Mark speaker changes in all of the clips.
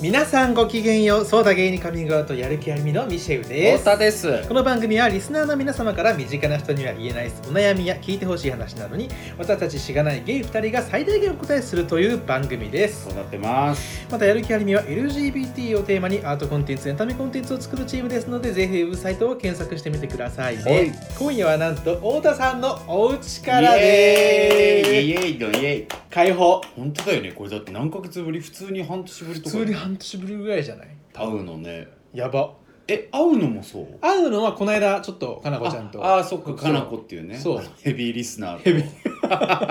Speaker 1: 皆さんごきげんようそうだ芸にカミングアウトやる気ありみのミシェウで
Speaker 2: 太
Speaker 1: す
Speaker 2: 田です。
Speaker 1: この番組はリスナーの皆様から身近な人には言えないお悩みや聞いてほしい話などに私たちしがないゲイ2人が最大限お答えするという番組です
Speaker 2: そうなってます。
Speaker 1: またやる気ありみは LGBT をテーマにアートコンテンツエンタメコンテンツを作るチームですのでぜひウェブサイトを検索してみてくださいね、
Speaker 2: はい
Speaker 1: 今夜はなんと太田さんのお家
Speaker 2: イ
Speaker 1: から
Speaker 2: エーイイエ
Speaker 1: で
Speaker 2: ーイのイエーイ。
Speaker 1: す解放
Speaker 2: 本当だよね。これだって何ヶ月ぶり普通に半年ぶり
Speaker 1: 普
Speaker 2: とか。
Speaker 1: 通に半年ぶりぐらいじゃない
Speaker 2: 会うのね。
Speaker 1: やば
Speaker 2: え会うのもそう。
Speaker 1: 会うのはこの間ちょっとかなこちゃんと
Speaker 2: ああーそっかかなこっていうね。
Speaker 1: そう
Speaker 2: あのヘビーリスナーと。
Speaker 1: ヘビ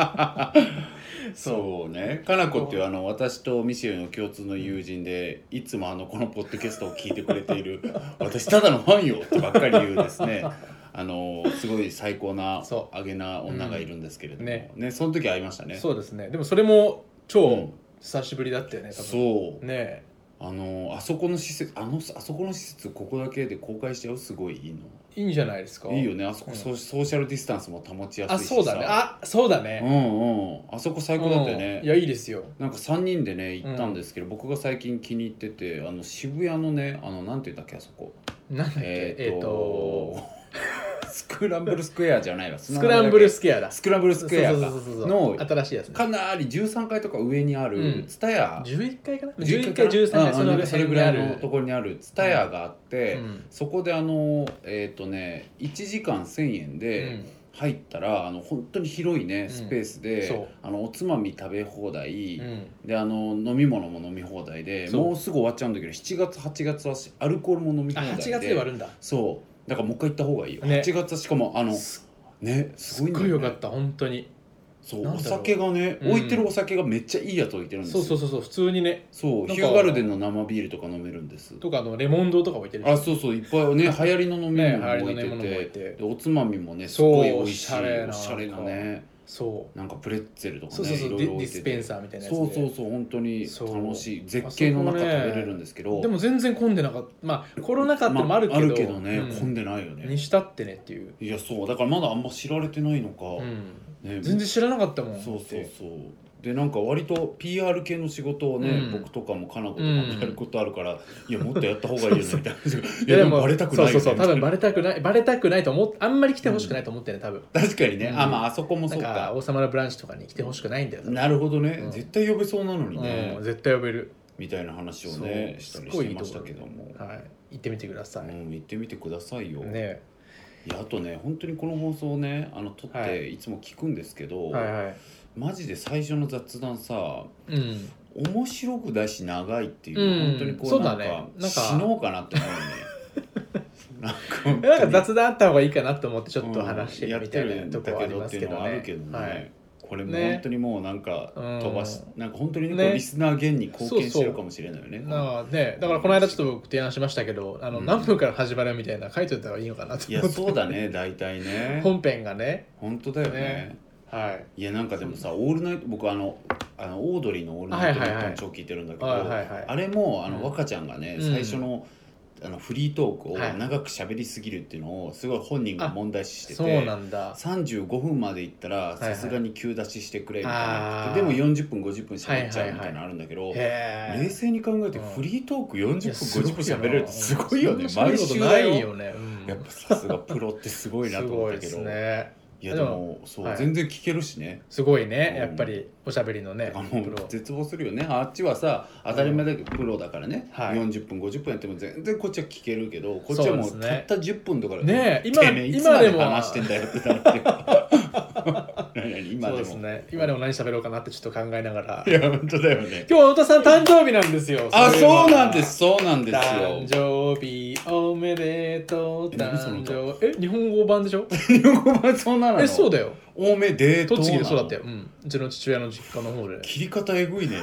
Speaker 2: そうね。かなこっていうあの私とミシェルの共通の友人で、いつもあのこのポッドキャストを聞いてくれてい る私ただのファンよとばっかり言うですね。あのすごい最高な
Speaker 1: そ
Speaker 2: あげな女がいるんですけれども、
Speaker 1: うんね
Speaker 2: ねその時会いましたね。
Speaker 1: そうですねでもそれも
Speaker 2: う
Speaker 1: 超
Speaker 2: ん
Speaker 1: 久しぶりだったよね多分
Speaker 2: そう
Speaker 1: ねえ
Speaker 2: あのあそこの施設あのあそこの施設ここだけで公開しちゃうすごいいいの
Speaker 1: いいんじゃないですか
Speaker 2: いいよねあそこ、
Speaker 1: うん
Speaker 2: ソーソーシャルディスタンスも保ちやすい
Speaker 1: あ
Speaker 2: し
Speaker 1: そうだねあそうだね
Speaker 2: うんうんあそこ最高だったよ
Speaker 1: うんい
Speaker 2: ね
Speaker 1: やいいですよ
Speaker 2: なんか3人でね行ったんですけど、僕が最近気に入っててあの渋谷のねあのなんて言うんだっけあそこ
Speaker 1: なんだっけえ
Speaker 2: え
Speaker 1: っ
Speaker 2: ー
Speaker 1: と
Speaker 2: と スクランブルスクエアじゃないわ
Speaker 1: スクランブル
Speaker 2: ス
Speaker 1: スケアだ
Speaker 2: スクランブルスクエアか
Speaker 1: そうそうそうそう
Speaker 2: の
Speaker 1: 新しいやつね
Speaker 2: かなり13階とか上にあ
Speaker 1: うん
Speaker 2: るツタヤ
Speaker 1: 11回かな11回13回その
Speaker 2: それぐらい
Speaker 1: 辺にあ
Speaker 2: の
Speaker 1: る
Speaker 2: ところにあるツタヤがあって、
Speaker 1: うん
Speaker 2: そこであのえっ、とね1時間1,000円
Speaker 1: う
Speaker 2: で
Speaker 1: ん
Speaker 2: 入ったら、あの本当に広いね
Speaker 1: ん
Speaker 2: スペース
Speaker 1: そ
Speaker 2: で
Speaker 1: う、
Speaker 2: あのおつまみ食べ放題、
Speaker 1: うん
Speaker 2: であの飲み物も飲み放題で
Speaker 1: そう
Speaker 2: もうすぐ終わっちゃうんだけど7月8月はアルコールも飲み
Speaker 1: あ
Speaker 2: 放題で
Speaker 1: 8月で割るんだ
Speaker 2: そうだからもう一回行った方がいいよ、
Speaker 1: ね
Speaker 2: 8月はしかもあのねす
Speaker 1: す
Speaker 2: ごい
Speaker 1: っ
Speaker 2: んだ
Speaker 1: ごい
Speaker 2: よ
Speaker 1: よ
Speaker 2: ね
Speaker 1: かった本当に
Speaker 2: そう
Speaker 1: なん
Speaker 2: お
Speaker 1: だろう
Speaker 2: 酒がね、
Speaker 1: うん
Speaker 2: 置いてるお酒がめっちゃいいやつ置いてるんです
Speaker 1: そ
Speaker 2: よ
Speaker 1: うそうそうそう普通にね
Speaker 2: そう
Speaker 1: なんか
Speaker 2: ヒューガルデンの生ビールとか飲めるんです
Speaker 1: とかあのレモン堂とか置いてるし
Speaker 2: あそうそういっぱいね流行りの飲み
Speaker 1: ね
Speaker 2: 物
Speaker 1: 流
Speaker 2: も
Speaker 1: 行りの
Speaker 2: 置い
Speaker 1: 飲み
Speaker 2: てて,、
Speaker 1: 物も置いて
Speaker 2: でおつまみもねす
Speaker 1: そう
Speaker 2: ごい美味しい
Speaker 1: おしゃれな
Speaker 2: おしゃれなね
Speaker 1: そう
Speaker 2: なんかプレッツェルとかね
Speaker 1: そうそうそう
Speaker 2: い
Speaker 1: デ
Speaker 2: ろいろ
Speaker 1: ィデ
Speaker 2: 置
Speaker 1: ィ
Speaker 2: いてて
Speaker 1: スペンサーみたいなやつ
Speaker 2: そうそう
Speaker 1: で
Speaker 2: そう本当に
Speaker 1: そう
Speaker 2: 楽しい絶景の中食べれるんですけど
Speaker 1: でも全然混んでなかったまあコロナ禍ってのもあるけど,、
Speaker 2: まあ、あるけどね、
Speaker 1: うん
Speaker 2: 混んでないよね
Speaker 1: にしたってねっていう、
Speaker 2: いやそうだからまだあんま知られてないのか、
Speaker 1: うん、
Speaker 2: ね
Speaker 1: 全然知らなかったもん
Speaker 2: そうそうそうでなんか割と PR 系の仕事をね、
Speaker 1: うん
Speaker 2: 僕とかもかなことか
Speaker 1: う
Speaker 2: も
Speaker 1: ん
Speaker 2: やることあるから、いやもっとやった方がいいよねみたいない
Speaker 1: い
Speaker 2: や
Speaker 1: やで
Speaker 2: で
Speaker 1: も
Speaker 2: もバレたくないよね
Speaker 1: そうそうそう
Speaker 2: み
Speaker 1: 多分
Speaker 2: たいな
Speaker 1: バレたくないバレたくないと思っあんまり来てほしくないと思ってね多分、
Speaker 2: 確かにね、
Speaker 1: うん
Speaker 2: あまああそこも
Speaker 1: な
Speaker 2: そ
Speaker 1: ん
Speaker 2: う
Speaker 1: か「
Speaker 2: か
Speaker 1: 王様のブランチ」とかに来てほしくないんだよ多分
Speaker 2: なるほどね、
Speaker 1: うん
Speaker 2: 絶対呼べそうなのにね、
Speaker 1: うん、絶対呼べる、
Speaker 2: みたいな話をね
Speaker 1: そう
Speaker 2: したり
Speaker 1: すご
Speaker 2: し
Speaker 1: いい
Speaker 2: てま
Speaker 1: いとこ
Speaker 2: し
Speaker 1: ろ
Speaker 2: たけども、
Speaker 1: はい、行ってみてください、
Speaker 2: うん、行ってみてくださいよ、
Speaker 1: ね
Speaker 2: いやあとね本当にこの放送ねあの撮っ
Speaker 1: は
Speaker 2: ていつも聞くんですけど、
Speaker 1: はいはい
Speaker 2: マジで最初の雑談さ
Speaker 1: うん
Speaker 2: 面白くだし長いっていう、
Speaker 1: うん
Speaker 2: 本当にこう
Speaker 1: そう
Speaker 2: な
Speaker 1: だ
Speaker 2: んか
Speaker 1: ねなんか
Speaker 2: 死のうかなって思うね なんか本当に
Speaker 1: なんか雑談あった方がいいかなと思ってちょっと話してるみたいなとこはあり
Speaker 2: や
Speaker 1: ま
Speaker 2: って
Speaker 1: す
Speaker 2: る
Speaker 1: け
Speaker 2: んだけどっていうの
Speaker 1: ど
Speaker 2: はあるけどね、
Speaker 1: ねはい
Speaker 2: これも
Speaker 1: ね
Speaker 2: 本当にもうなんか
Speaker 1: うん
Speaker 2: 飛ばし、なんか本当にね
Speaker 1: ね
Speaker 2: こうリスナー減に貢献して
Speaker 1: そうそ
Speaker 2: る
Speaker 1: う
Speaker 2: かもしれないよね
Speaker 1: なあね、だからこの間ちょっと僕提案しましたけどあの、
Speaker 2: うん
Speaker 1: 何分から始まるみたいな書いといた方がいいのかなと
Speaker 2: いや
Speaker 1: 思って
Speaker 2: そうだね大体 ね
Speaker 1: 本編がね
Speaker 2: 本当だよね
Speaker 1: ねはい
Speaker 2: いやなんかでもさ「オールナイト」僕あのあのオードリーの「オールナイト」
Speaker 1: はいはいはい
Speaker 2: 超聞いてるんだけど、
Speaker 1: はいはいはい
Speaker 2: あれもあ
Speaker 1: うん
Speaker 2: の若ちゃんがね、
Speaker 1: うん
Speaker 2: 最初のあのフリートークを
Speaker 1: はい
Speaker 2: 長く喋りすぎるっていうのをすごい本人が問題視してて、
Speaker 1: そうなんだ
Speaker 2: 35分までいったら
Speaker 1: いはい
Speaker 2: さすがに急出ししてくれみたいな、
Speaker 1: あー
Speaker 2: でも40分50分喋っちゃうみたいなのあるんだけど、
Speaker 1: へ
Speaker 2: 冷
Speaker 1: え
Speaker 2: 静に考えて
Speaker 1: うん
Speaker 2: フリートーク40分
Speaker 1: いやすごい
Speaker 2: 50
Speaker 1: よ
Speaker 2: 分喋
Speaker 1: な
Speaker 2: れるってすごいよね
Speaker 1: そんな
Speaker 2: 毎
Speaker 1: 喋
Speaker 2: 週
Speaker 1: ることな
Speaker 2: だ
Speaker 1: い
Speaker 2: よ。
Speaker 1: よね、うん
Speaker 2: やっぱさすがプロってすごいな
Speaker 1: す
Speaker 2: と思っ
Speaker 1: ごい
Speaker 2: た
Speaker 1: で
Speaker 2: け
Speaker 1: す
Speaker 2: ど、
Speaker 1: ね
Speaker 2: いやでもそう、
Speaker 1: はい
Speaker 2: 全然聞けるしね。
Speaker 1: すごいね
Speaker 2: うん
Speaker 1: やっぱりおしゃべりのね
Speaker 2: あ
Speaker 1: プロ
Speaker 2: の絶望するよねあっちはさ当たり前だけどプロだからね、
Speaker 1: はい
Speaker 2: 40分50分やっても全然こっちは聞けるけどこっちはも
Speaker 1: そうう
Speaker 2: た
Speaker 1: ですね
Speaker 2: った10分とかで
Speaker 1: ねえ今
Speaker 2: てめえいつ
Speaker 1: 今
Speaker 2: ま
Speaker 1: で
Speaker 2: で
Speaker 1: も
Speaker 2: 話してんだよってなってる 何々今
Speaker 1: そう
Speaker 2: でも
Speaker 1: ですね今でも何喋ろうかなってちょっと考えながら
Speaker 2: いや本当だよね
Speaker 1: 今日太田さん誕生日なんですよ
Speaker 2: あ
Speaker 1: いえば
Speaker 2: そうなんですそうなんですよ
Speaker 1: 誕生日おめでとう
Speaker 2: え何その
Speaker 1: 誕生日え日本語版でしょ
Speaker 2: 日本語版そうなの
Speaker 1: えそう
Speaker 2: だ
Speaker 1: だよ
Speaker 2: 多めデートなの
Speaker 1: 栃木でそうだったよ、うん、うちの父親の実家の方で
Speaker 2: 切り方え ぐいね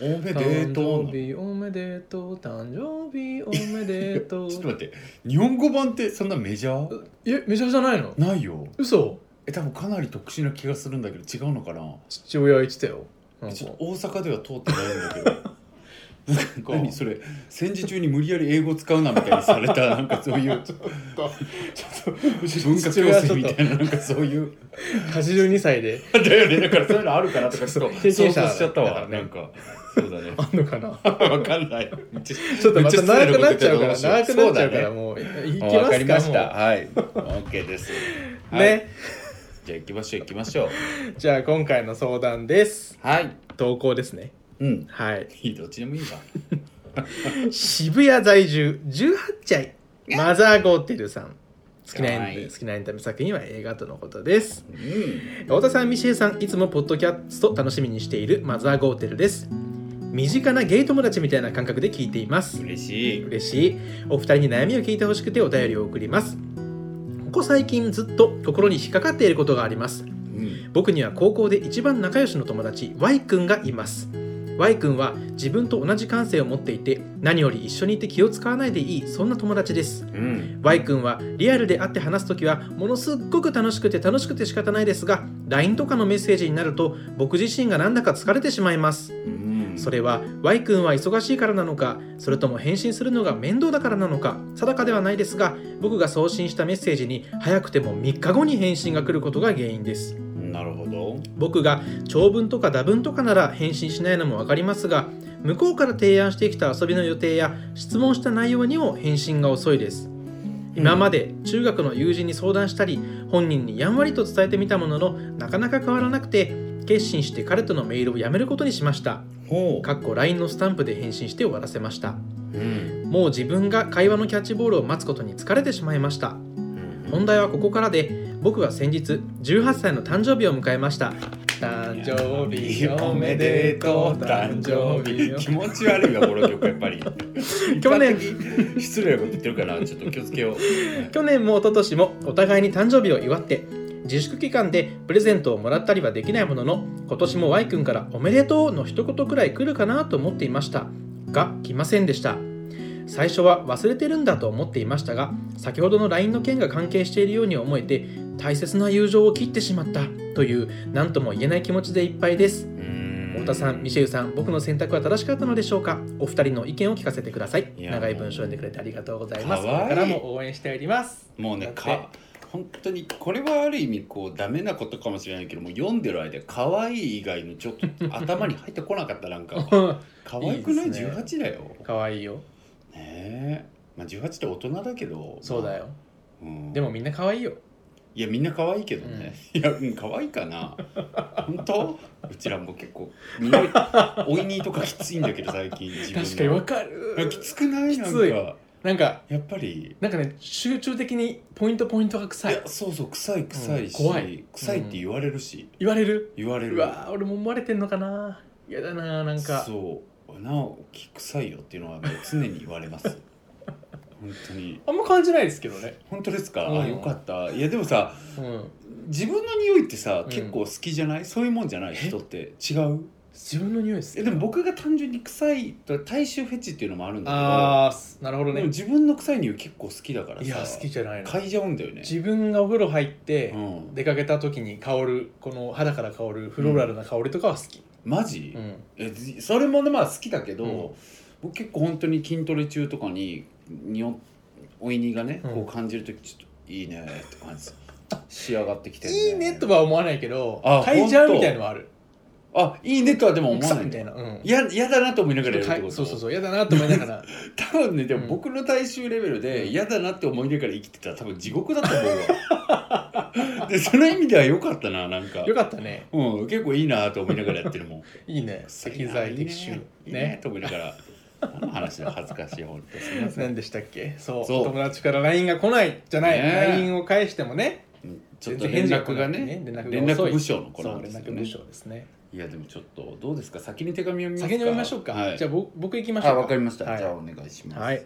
Speaker 2: 多めデー
Speaker 1: 誕
Speaker 2: トな
Speaker 1: 生
Speaker 2: の
Speaker 1: 日おめでとう誕生日おめでとう
Speaker 2: ちょっと待って日本語版ってそんなメジャー
Speaker 1: えめちゃくちゃないの
Speaker 2: ないよ
Speaker 1: 嘘
Speaker 2: え多分かなり特殊な気がするんだけど違うのかな
Speaker 1: 父親は言ってたよなんか
Speaker 2: ちょっと大阪では通ってないん だけ
Speaker 1: か
Speaker 2: ど何それ戦時中に無理やり英語使うなみたいに されたなんかそういう文化
Speaker 1: 父親は
Speaker 2: 共
Speaker 1: ち
Speaker 2: 生
Speaker 1: ょっ
Speaker 2: み
Speaker 1: と
Speaker 2: たいななんかそういう
Speaker 1: 82歳で
Speaker 2: だよねだからそういうのあるかなとかちょっと
Speaker 1: 経験者
Speaker 2: 想像しちゃった
Speaker 1: だから
Speaker 2: わ
Speaker 1: ね
Speaker 2: なんかそうだね
Speaker 1: あんのかな
Speaker 2: わかんない
Speaker 1: ちょっとまた長くなっちゃうか
Speaker 2: め
Speaker 1: ら
Speaker 2: っ失礼
Speaker 1: 長
Speaker 2: こと
Speaker 1: く
Speaker 2: 言っ
Speaker 1: なっちゃうから
Speaker 2: て
Speaker 1: もうい
Speaker 2: た
Speaker 1: 行き
Speaker 2: ど
Speaker 1: ま
Speaker 2: うだ
Speaker 1: すか
Speaker 2: ねわかりました
Speaker 1: も
Speaker 2: はい OK です、
Speaker 1: う
Speaker 2: はい
Speaker 1: ね
Speaker 2: じゃあ行きましょう行きましょう
Speaker 1: じゃあ今回の相談です
Speaker 2: はい
Speaker 1: 投稿ですね
Speaker 2: うん
Speaker 1: はい
Speaker 2: いいどっちでもいいわ
Speaker 1: 渋谷在住18歳マザーゴーテルさん好きなエンタ
Speaker 2: かわいい
Speaker 1: 好きなエンタメ作品は映画とのことです
Speaker 2: うん
Speaker 1: 太田さん、ミシエさん、いつもポッドキャスト楽しみにしているマザーゴーテルです。身近なゲイ友達みたいな感覚で聞いています。
Speaker 2: 嬉しい
Speaker 1: 嬉しい。お二人に悩みを聞いてほしくてお便りを送ります。ここ最近ずっと心に引っかかっていることがあります。
Speaker 2: うん
Speaker 1: 僕には高校で一番仲良しの友達 Y 君がいます Y 君は自分と同じ感性を持っていて何より一緒にいて気を使わないでいいそんな友達です
Speaker 2: うん
Speaker 1: Y 君はリアルで会って話す時はものすっごく楽しくて楽しくて仕方ないですが LINE とかのメッセージになると僕自身がなんだか疲れてしまいます
Speaker 2: うん
Speaker 1: それは Y 君は忙しいからなのかそれとも返信するのが面倒だからなのか定かではないですが僕が送信したメッセージに早くても3日後に返信が来ることが原因です
Speaker 2: なるほど
Speaker 1: 僕が長文とか打文とかなら返信しないのも分かりますが向こうから提案してきた遊びの予定や質問した内容にも返信が遅いです今まで中学の友人に相談したり本人にやんわりと伝えてみたもののなかなか変わらなくて決心して彼とのメールをやめることにしました
Speaker 2: ほ
Speaker 1: かっこ LINE のスタンプで返信して終わらせました
Speaker 2: ううん
Speaker 1: もう自分が会話のキャッチボールを待つことに疲れてしまいました
Speaker 2: うん
Speaker 1: 本題はここからで僕は先日18歳の誕生日を迎えました誕生日おめでとう誕生日
Speaker 2: 気持ち悪いわこの曲やっぱり
Speaker 1: 去年
Speaker 2: 一般的失礼なこと言ってるからちょっと気をつけよう
Speaker 1: 去年も一昨年もお互いに誕生日を祝って自粛期間でプレゼントをもらったりはできないものの今年も Y 君から「おめでとう」の一言くらい来るかなと思っていましたが来ませんでした最初は忘れてるんだと思っていましたが先ほどの LINE の件が関係しているように思えて大切な友情を切ってしまったという何とも言えない気持ちでいっぱいです
Speaker 2: 太
Speaker 1: 太田さん、ミシェルさん、僕の選択は正しかったのでしょうかお二人の意見を聞かせてください。
Speaker 2: いや
Speaker 1: 長い文章を読んでくれてありがとうございます。
Speaker 2: かわいい
Speaker 1: これからも応援しております。
Speaker 2: もうね
Speaker 1: だって
Speaker 2: か本当にこれはある意味こうダメなことかもしれないけども読んでる間可愛い以外のちょっと頭に入ってこなかったなん か可愛くない
Speaker 1: いいですね
Speaker 2: 18だよ
Speaker 1: かわいいよ。
Speaker 2: ねえ、まあ、18って大人だけど
Speaker 1: そうだ、よ。
Speaker 2: うん、
Speaker 1: でもみんなかわいいよ。
Speaker 2: いやみんな可愛いけどね、いやうん可愛いか な本当うちらも結構匂いおいにとかきついんだけど最近自分の
Speaker 1: 確かにわか
Speaker 2: いや
Speaker 1: る
Speaker 2: き。つくないなん
Speaker 1: きつい
Speaker 2: か
Speaker 1: なんか、
Speaker 2: やっぱり
Speaker 1: なんかね、集中的にポイントポイントが臭
Speaker 2: い
Speaker 1: い
Speaker 2: や。そうそう臭い臭いし、
Speaker 1: うん怖い
Speaker 2: 臭いって言われるし、
Speaker 1: 言われる
Speaker 2: 言われ
Speaker 1: う
Speaker 2: る
Speaker 1: わー俺も思われてんのかな嫌だなーなんか。
Speaker 2: そうなおき臭いよっていうのはもう常に言われます 本当に
Speaker 1: あんま感じないですけどね。
Speaker 2: 本当ですか、
Speaker 1: うん
Speaker 2: あよかったいやでもさ
Speaker 1: うん。
Speaker 2: 自分の匂いってさ、
Speaker 1: うん
Speaker 2: 結構好きじゃないそういうもんじゃない人って違う
Speaker 1: 自分の匂いです
Speaker 2: えでも僕が単純に臭いと体臭フェチっていうのもあるんだけど
Speaker 1: あー、なるほど
Speaker 2: でも
Speaker 1: ね。
Speaker 2: 自分の臭い匂い結構好きだからさ
Speaker 1: いや、好きじゃないの。
Speaker 2: 嗅いじゃうんだよね
Speaker 1: 自分がお風呂入って、
Speaker 2: うん、
Speaker 1: 出かけた時に香るこの肌から香るフローラルな香りとかは好き、
Speaker 2: マジ、
Speaker 1: うん
Speaker 2: えじそれもねまあ好きだけど、
Speaker 1: うん
Speaker 2: 僕結構本当に筋トレ中とかににおおいにがね、
Speaker 1: うん
Speaker 2: こう感じる時ちょっといいねって感じ仕上がってきて、
Speaker 1: いいねとは思わないけど
Speaker 2: あ
Speaker 1: 嗅いじゃう
Speaker 2: ほんと
Speaker 1: みたいのはある
Speaker 2: あいいねとはでも思わ
Speaker 1: 臭
Speaker 2: ないい
Speaker 1: みたいな、うん、
Speaker 2: や嫌だなと思いながらやるって
Speaker 1: 嗅
Speaker 2: こ
Speaker 1: い
Speaker 2: と
Speaker 1: そうそうそう嫌だなと思いながら
Speaker 2: 多分ねで
Speaker 1: う
Speaker 2: も
Speaker 1: ん
Speaker 2: 僕の大衆レベル
Speaker 1: う
Speaker 2: で
Speaker 1: ん
Speaker 2: 嫌だなって思いながら生きてたら多分地獄だと思うわでその意味では良かったななんか
Speaker 1: よかったね
Speaker 2: うん、結構いいなと思いながらやってるもん
Speaker 1: いいね石材的臭
Speaker 2: ねいいね
Speaker 1: ね
Speaker 2: と思いながら何の話だ恥ずかしい本当すみません
Speaker 1: 何でしたっけそう
Speaker 2: そう
Speaker 1: 友達から LINE が来ないじゃない、
Speaker 2: ね
Speaker 1: LINE を返してもね
Speaker 2: ちょっと連絡がね
Speaker 1: 全然
Speaker 2: 連
Speaker 1: 返
Speaker 2: 絡
Speaker 1: 事が来ないね連絡が遅い
Speaker 2: 部署の子
Speaker 1: そ
Speaker 2: な
Speaker 1: うん
Speaker 2: で
Speaker 1: 連
Speaker 2: すよ
Speaker 1: 絡
Speaker 2: ね
Speaker 1: 部署ですね
Speaker 2: いやでもちょっとどうですか先に手紙を見ますか
Speaker 1: 先に読みましょうか、
Speaker 2: はい、
Speaker 1: じゃあ僕僕行きましょう
Speaker 2: あわかりました、
Speaker 1: はい
Speaker 2: じゃあお願いします
Speaker 1: はい、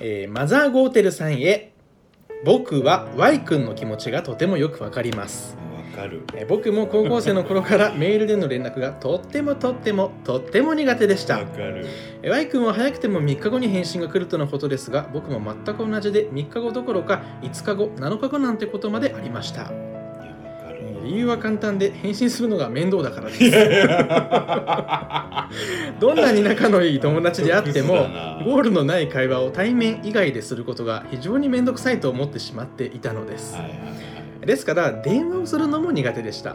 Speaker 1: えーマザー・ゴーテルさんへ僕は Y 君の気持ちがとてもよくわかります
Speaker 2: わかる
Speaker 1: えー僕も高校生の頃からメールでの連絡がとってもとってもとっても苦手でした
Speaker 2: わかる
Speaker 1: えー Y 君は早くても3日後に返信が来るとのことですが僕も全く同じで3日後どころか5日後7日後なんてことまでありまし
Speaker 2: い
Speaker 1: た
Speaker 2: やわか
Speaker 1: え
Speaker 2: る
Speaker 1: ー理由は簡単で返信するのが面倒だからで
Speaker 2: い
Speaker 1: す
Speaker 2: やいや
Speaker 1: どんなに仲のいい友達であっても
Speaker 2: 嘘だな
Speaker 1: ゴールのない会話を対面以外ですることが非常に面倒くさいと思ってしまっていたのです
Speaker 2: はいはいは
Speaker 1: ですから電話をするのも苦手でした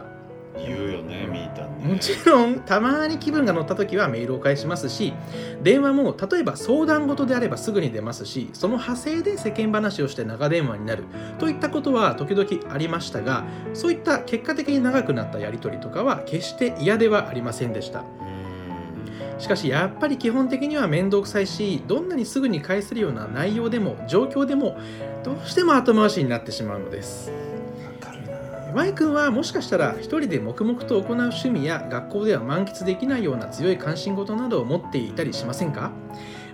Speaker 2: い言うよねみーたんね
Speaker 1: もちろんたまに気分が乗った時はメールを返しますし電話も例えば相談事であればすぐに出ますしその派生で世間話をして長電話になるといったことは時々ありましたがそういった結果的に長くなったやり取りとかは決して嫌ではありませんでした
Speaker 2: うん
Speaker 1: しかしやっぱり基本的には面倒くさいしどんなにすぐに返せるような内容でも状況でもどうしても後回しになってしまうのです
Speaker 2: わかるな
Speaker 1: マイ君はもしかしたら一人で黙々と行う趣味や学校では満喫できないような強い関心事などを持っていたりしませんか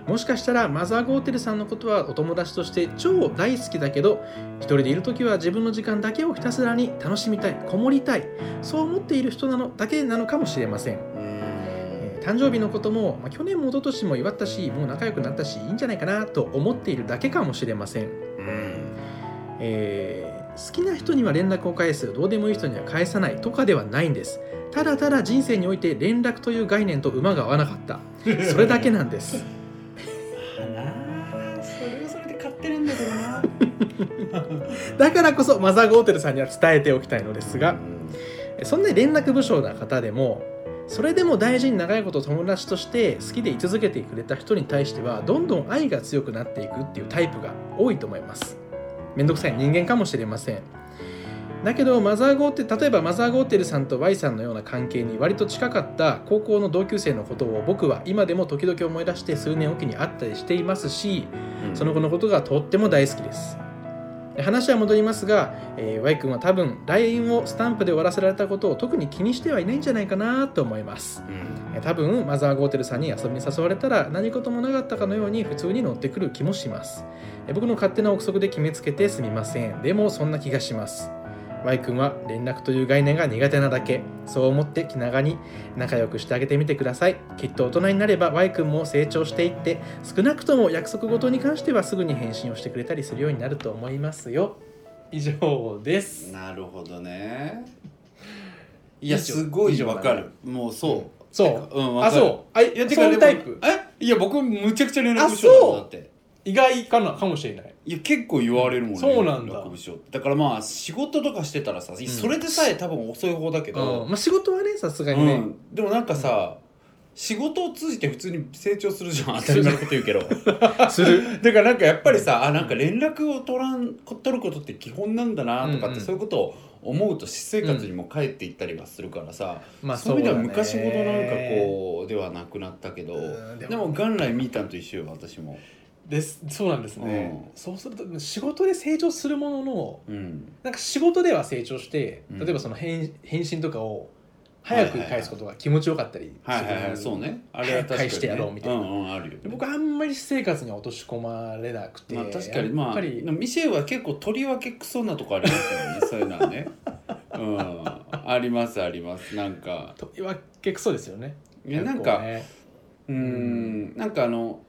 Speaker 1: もしかしたらマザー・ゴーテルさんのことはお友達として超大好きだけど一人でいる時は自分の時間だけをひたすらに楽しみたいこもりたいそう思っている人なのだけなのかもしれません
Speaker 2: うん
Speaker 1: えー誕生日のことも、まあ、去年も一昨年も祝ったしもう仲良くなったしいいんじゃないかなと思っているだけかもしれません、
Speaker 2: うん
Speaker 1: えー好きな人には連絡を返すどうでもいい人には返さないとかではないんですただただ人生において連絡という概念と馬が合わなかったそれだけなんです
Speaker 2: あなあそれはそれで買ってるんだけどな
Speaker 1: だからこそマザー・ゴーテルさんには伝えておきたいのです
Speaker 2: う
Speaker 1: が
Speaker 2: ん
Speaker 1: そんな連絡無償な方でもそれでも大事に長いこと友達として好きで居続けてくれた人に対してはどんどん愛が強くなっていくっていうタイプが多いと思いますめんどくさい人間かもしれませんだけどマザーゴーテ例えばマザーゴーテルさんと Y さんのような関係に割と近かった高校の同級生のことを僕は今でも時々思い出して数年おきに会ったりしていますしその後のことがとっても大好きです。話は戻りますが、えー Y 君は多分 LINE をスタンプで終わらせられたことを特に気にしてはいないんじゃないかなと思います。
Speaker 2: うん
Speaker 1: えー多分マザー・ゴーテルさんに遊びに誘われたら何事もなかったかのように普通に乗ってくる気もします。えー僕の勝手な憶測で決めつけてすみません。でもそんな気がします。Y 君は連絡という概念が苦手なだけそう思って気長に仲良くしてあげてみてくださいきっと大人になれば Y 君も成長していって少なくとも約束事に関してはすぐに返信をしてくれたりするようになると思いますよ以上です
Speaker 2: なるほどねい
Speaker 1: 以
Speaker 2: や
Speaker 1: 上
Speaker 2: すごいじゃわかるもうそう
Speaker 1: そう
Speaker 2: うんわ
Speaker 1: あ
Speaker 2: かる
Speaker 1: そうあやってく
Speaker 2: そ
Speaker 1: れ
Speaker 2: うい
Speaker 1: る
Speaker 2: う
Speaker 1: タイプ
Speaker 2: えいや僕むちゃくちゃ連絡
Speaker 1: あ
Speaker 2: 部署だも
Speaker 1: そうん
Speaker 2: だって
Speaker 1: 意外かなかもしれない
Speaker 2: いや結構言われるもんね
Speaker 1: そうなんだ
Speaker 2: 連絡部署ってだからまあ仕事とかしてたらさ、それでさえ多分遅い方だけ
Speaker 1: うん
Speaker 2: ど、
Speaker 1: まあ、仕事はねさすが
Speaker 2: う
Speaker 1: に
Speaker 2: ん
Speaker 1: ね、
Speaker 2: でもなんかさ、仕事を通じて普通に成長するじゃん 当たり前のこと言うけど だ
Speaker 1: す る
Speaker 2: からなんかやっぱりさ、あなんか連絡を取らん取ることって基本なんだなとかって、
Speaker 1: うんうん
Speaker 2: そういうことを思うと私生活にも返っていったりはするからさ、
Speaker 1: まあ
Speaker 2: そういう意味では
Speaker 1: だね
Speaker 2: 昔ほどなんかこうではなくなったけど、
Speaker 1: うんで
Speaker 2: で
Speaker 1: も
Speaker 2: も元来みーたんと一緒よ私も。
Speaker 1: ですそうなんですね、
Speaker 2: う
Speaker 1: そうすると仕事で成長するものの
Speaker 2: うん
Speaker 1: なんか仕事では成長して
Speaker 2: うん
Speaker 1: 例えばその返,、返信とかを早く返すことが気持ちよかったりする、
Speaker 2: はいはいはいそうねあれは確
Speaker 1: 早く
Speaker 2: かに、ね、
Speaker 1: 返してやろうみたいな
Speaker 2: うんうんあるよ
Speaker 1: で僕あんまり私生活には落とし込まれなくて、
Speaker 2: まあ確かにま
Speaker 1: やっ
Speaker 2: あ
Speaker 1: ぱり
Speaker 2: ミシェルは結構とりわけクソなとこありますよねそういうのはねうんありますありますなんか
Speaker 1: とりわけクソですよね
Speaker 2: いやなん
Speaker 1: 結
Speaker 2: か、
Speaker 1: 構ね
Speaker 2: うんなんかあの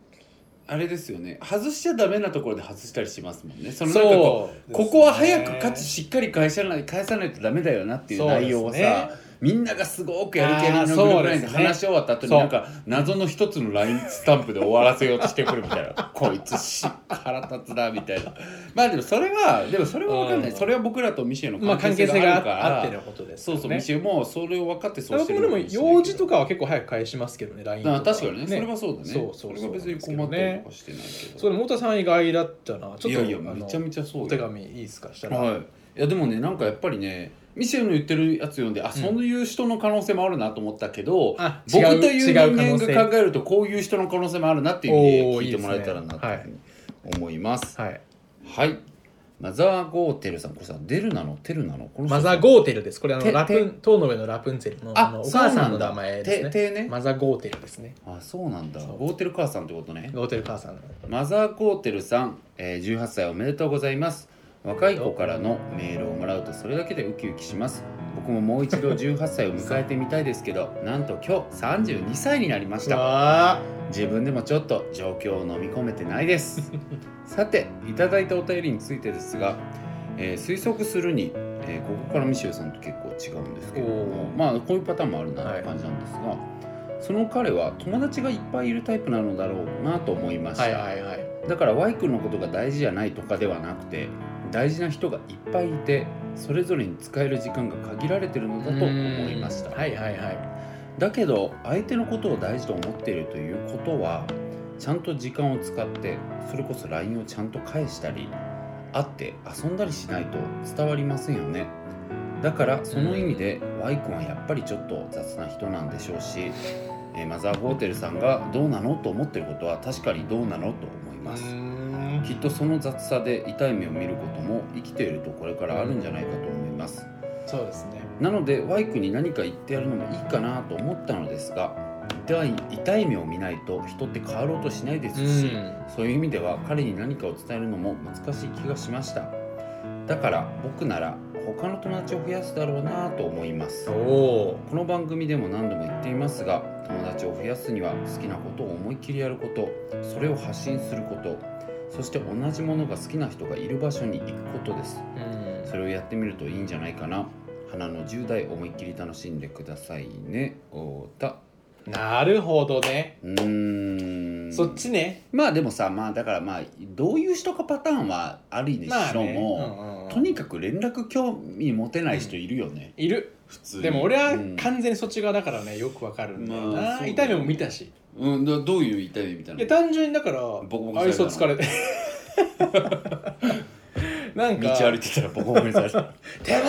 Speaker 2: あれですよね外しちゃダメなところで外したりしますもんねそ
Speaker 1: そ
Speaker 2: のなんかこう
Speaker 1: うですね
Speaker 2: ここは早くかつしっかり返さない返さないとダメだよなっていう内容をさ、
Speaker 1: そうですね
Speaker 2: みんながすごくやる気の
Speaker 1: あー
Speaker 2: ぐらいで
Speaker 1: そうですね
Speaker 2: 話し終わった後に
Speaker 1: そう
Speaker 2: なんか謎の一つの LINE スタンプで終わらせようとしてくるみたいなこいつし腹立つなみたいなまあでもそれはでもそれは分かんない、
Speaker 1: うん
Speaker 2: それは僕らとミシェの
Speaker 1: まあ
Speaker 2: 関
Speaker 1: 関
Speaker 2: 係性
Speaker 1: 係性
Speaker 2: があ
Speaker 1: が
Speaker 2: るから、
Speaker 1: あってのことです
Speaker 2: そ
Speaker 1: よ
Speaker 2: う
Speaker 1: ね
Speaker 2: そう、ミシェもそれを分かってそうして
Speaker 1: 僕
Speaker 2: る
Speaker 1: も
Speaker 2: の
Speaker 1: で
Speaker 2: かも
Speaker 1: も
Speaker 2: しれない
Speaker 1: 用
Speaker 2: け
Speaker 1: 事
Speaker 2: ど
Speaker 1: とかは結構早く返しますけどね LINE と
Speaker 2: あ
Speaker 1: か
Speaker 2: 確かにねそれはそうだね
Speaker 1: そうそう
Speaker 2: れは別に困ったりとかしてないけ
Speaker 1: そ
Speaker 2: ど
Speaker 1: れ太田さん意外だったなちょっと
Speaker 2: いやいや
Speaker 1: あの
Speaker 2: めちゃめちゃそうよ
Speaker 1: お手紙いいですかしたら、
Speaker 2: はい、いやでもねなんかやっぱりねミシェルの言ってるやつ読んであ、そういう人の可能性もあるなと思ったけど
Speaker 1: あ
Speaker 2: 僕
Speaker 1: 違う
Speaker 2: という
Speaker 1: 違う可
Speaker 2: 人
Speaker 1: 能
Speaker 2: 間
Speaker 1: 性
Speaker 2: が考えるとこういう人の可能性もあるなっていう意味
Speaker 1: お
Speaker 2: で
Speaker 1: ー
Speaker 2: 聞いてもらえたらなと
Speaker 1: い
Speaker 2: い
Speaker 1: いで
Speaker 2: う
Speaker 1: す
Speaker 2: ふうに思います。
Speaker 1: はい、
Speaker 2: はいマザー・ゴーテルさんこれさデルなのテルなのこの人
Speaker 1: マザー・ゴーテルですこれあの
Speaker 2: て
Speaker 1: ラプン塔の上のラプンツェルのあ
Speaker 2: あ
Speaker 1: のお
Speaker 2: そうなん
Speaker 1: 母
Speaker 2: だ
Speaker 1: さんの名前ですね
Speaker 2: ててね
Speaker 1: マザー・ゴーテルですね
Speaker 2: あそうなんだ
Speaker 1: そう
Speaker 2: ゴーテル母さんってことね
Speaker 1: ゴーテル母さんの
Speaker 2: マザー・コーテルさん、えー18歳おめでとうございます若い子からのメールをもらうとそれだけでウキウキします僕ももう一度18歳を迎えてみたいですけどなんと今日32歳になりました
Speaker 1: わあ
Speaker 2: 自分でもちょっと状況を飲み込めてないです さていただいたお便りについてですが、えー推測するに、えーここからミシェルさんと結構違うんですけれども
Speaker 1: おー
Speaker 2: まあこういうパターンもあるなって感じなんですが、その彼は友達がいっぱいいるタイプなのだろうなと思いました、
Speaker 1: はいはいはい
Speaker 2: だから Y 君のことが大事じゃないとかではなくて大事な人がいっぱいいてそれぞれに使える時間が限られてるのだと思いました、
Speaker 1: はいはいはい
Speaker 2: だけど相手のことを大事と思っているということはちゃんと時間を使ってそれこそ LINE をちゃんと返したり会って遊んだりしないと伝わりませんよねだからその意味で Y 君はやっぱりちょっと雑な人なんでしょうし、えーマザーホーテルさんがどうなのと思ってることは確かにどうなのと思いますきっとその雑さで痛い目を見ることも生きているとこれからあるんじゃないかと思います
Speaker 1: そうですね
Speaker 2: なので Y 君に何か言ってやるのもいいかなと思ったのですが痛い痛い目を見ないと人って変わろうとしないですし、そういう意味では彼に何かを伝えるのも難しい気がしましただから僕なら他の友達を増やすだろうなと思います
Speaker 1: おお
Speaker 2: この番組でも何度も言っていますが友達を増やすには好きなことを思いっきりやることそれを発信することそして同じものが好きな人がいる場所に行くことです
Speaker 1: うん
Speaker 2: それをやってみるといいんじゃないかな花の10代思いっきり楽しんでくださいね太田
Speaker 1: なるほどね
Speaker 2: うーん
Speaker 1: そっちね
Speaker 2: まあでもさまあだからまあどういう人かパターンはあるにし
Speaker 1: まあ
Speaker 2: ろ
Speaker 1: ね
Speaker 2: も、
Speaker 1: うんうん
Speaker 2: とにかく連絡興味持てない人いるよね、
Speaker 1: いる
Speaker 2: 普通に
Speaker 1: でも俺は
Speaker 2: うん
Speaker 1: 完全にそっち側だからねよくわかるんだよな、
Speaker 2: まあそう
Speaker 1: 痛い目も見たし
Speaker 2: うんだどういう痛いみたい
Speaker 1: い
Speaker 2: な
Speaker 1: や単純にだから
Speaker 2: ボコボコ
Speaker 1: 愛想
Speaker 2: さ
Speaker 1: 疲れて なん
Speaker 2: 道
Speaker 1: か
Speaker 2: 歩いてたらボコボコにされた
Speaker 1: てめえ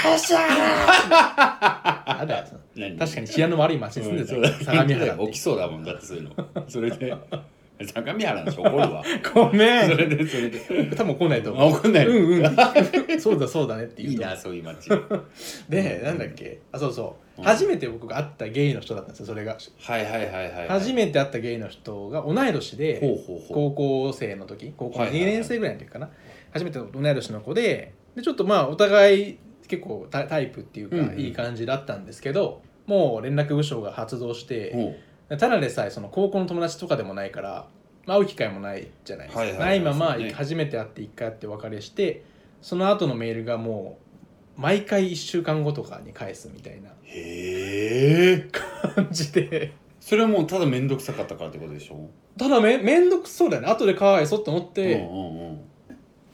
Speaker 1: 返しやがれだよ
Speaker 2: 何
Speaker 1: 確かに治安の悪い町に住んで
Speaker 2: そう
Speaker 1: たよ相模原っ
Speaker 2: 起きそうだもんだってそういうのそれで相模原の人怒るわ
Speaker 1: てごめ
Speaker 2: そ
Speaker 1: ん
Speaker 2: れでそれで
Speaker 1: 多分来ないと
Speaker 2: あ
Speaker 1: 思う
Speaker 2: 怒んないの、
Speaker 1: うんうん そうだそうだねって言う
Speaker 2: いい
Speaker 1: と
Speaker 2: なそういう街
Speaker 1: でなんだっけあそうそう、
Speaker 2: うん
Speaker 1: 初めて僕が会ったゲイの人だったんですよそれが、
Speaker 2: はいはいはいはい
Speaker 1: 初めて会ったゲイの人が同い年で
Speaker 2: ほうほうほう
Speaker 1: 高校生の時高校
Speaker 2: はい
Speaker 1: 2
Speaker 2: はいはい
Speaker 1: 年生ぐらいの時かな、初めて同い年の子ででちょっとまあお互い結構タタイプっていうか、
Speaker 2: うんうん
Speaker 1: いい感じだったんですけどもう連絡部署が発動して、
Speaker 2: ほう
Speaker 1: ただでさえその高校の友達とかでもないから、まあ、会う機会もないじゃないですか、
Speaker 2: はいはいはい
Speaker 1: ないまま
Speaker 2: そうね
Speaker 1: 初めて会って1回会ってお別れしてその後のメールがもう毎回1週間後とかに返すみたいな
Speaker 2: へえ
Speaker 1: 感じで。
Speaker 2: それはもうただ面倒くさかったからってことでしょ
Speaker 1: ただめめんどくそうだよね後でかわいそうと思って、
Speaker 2: うんうんうん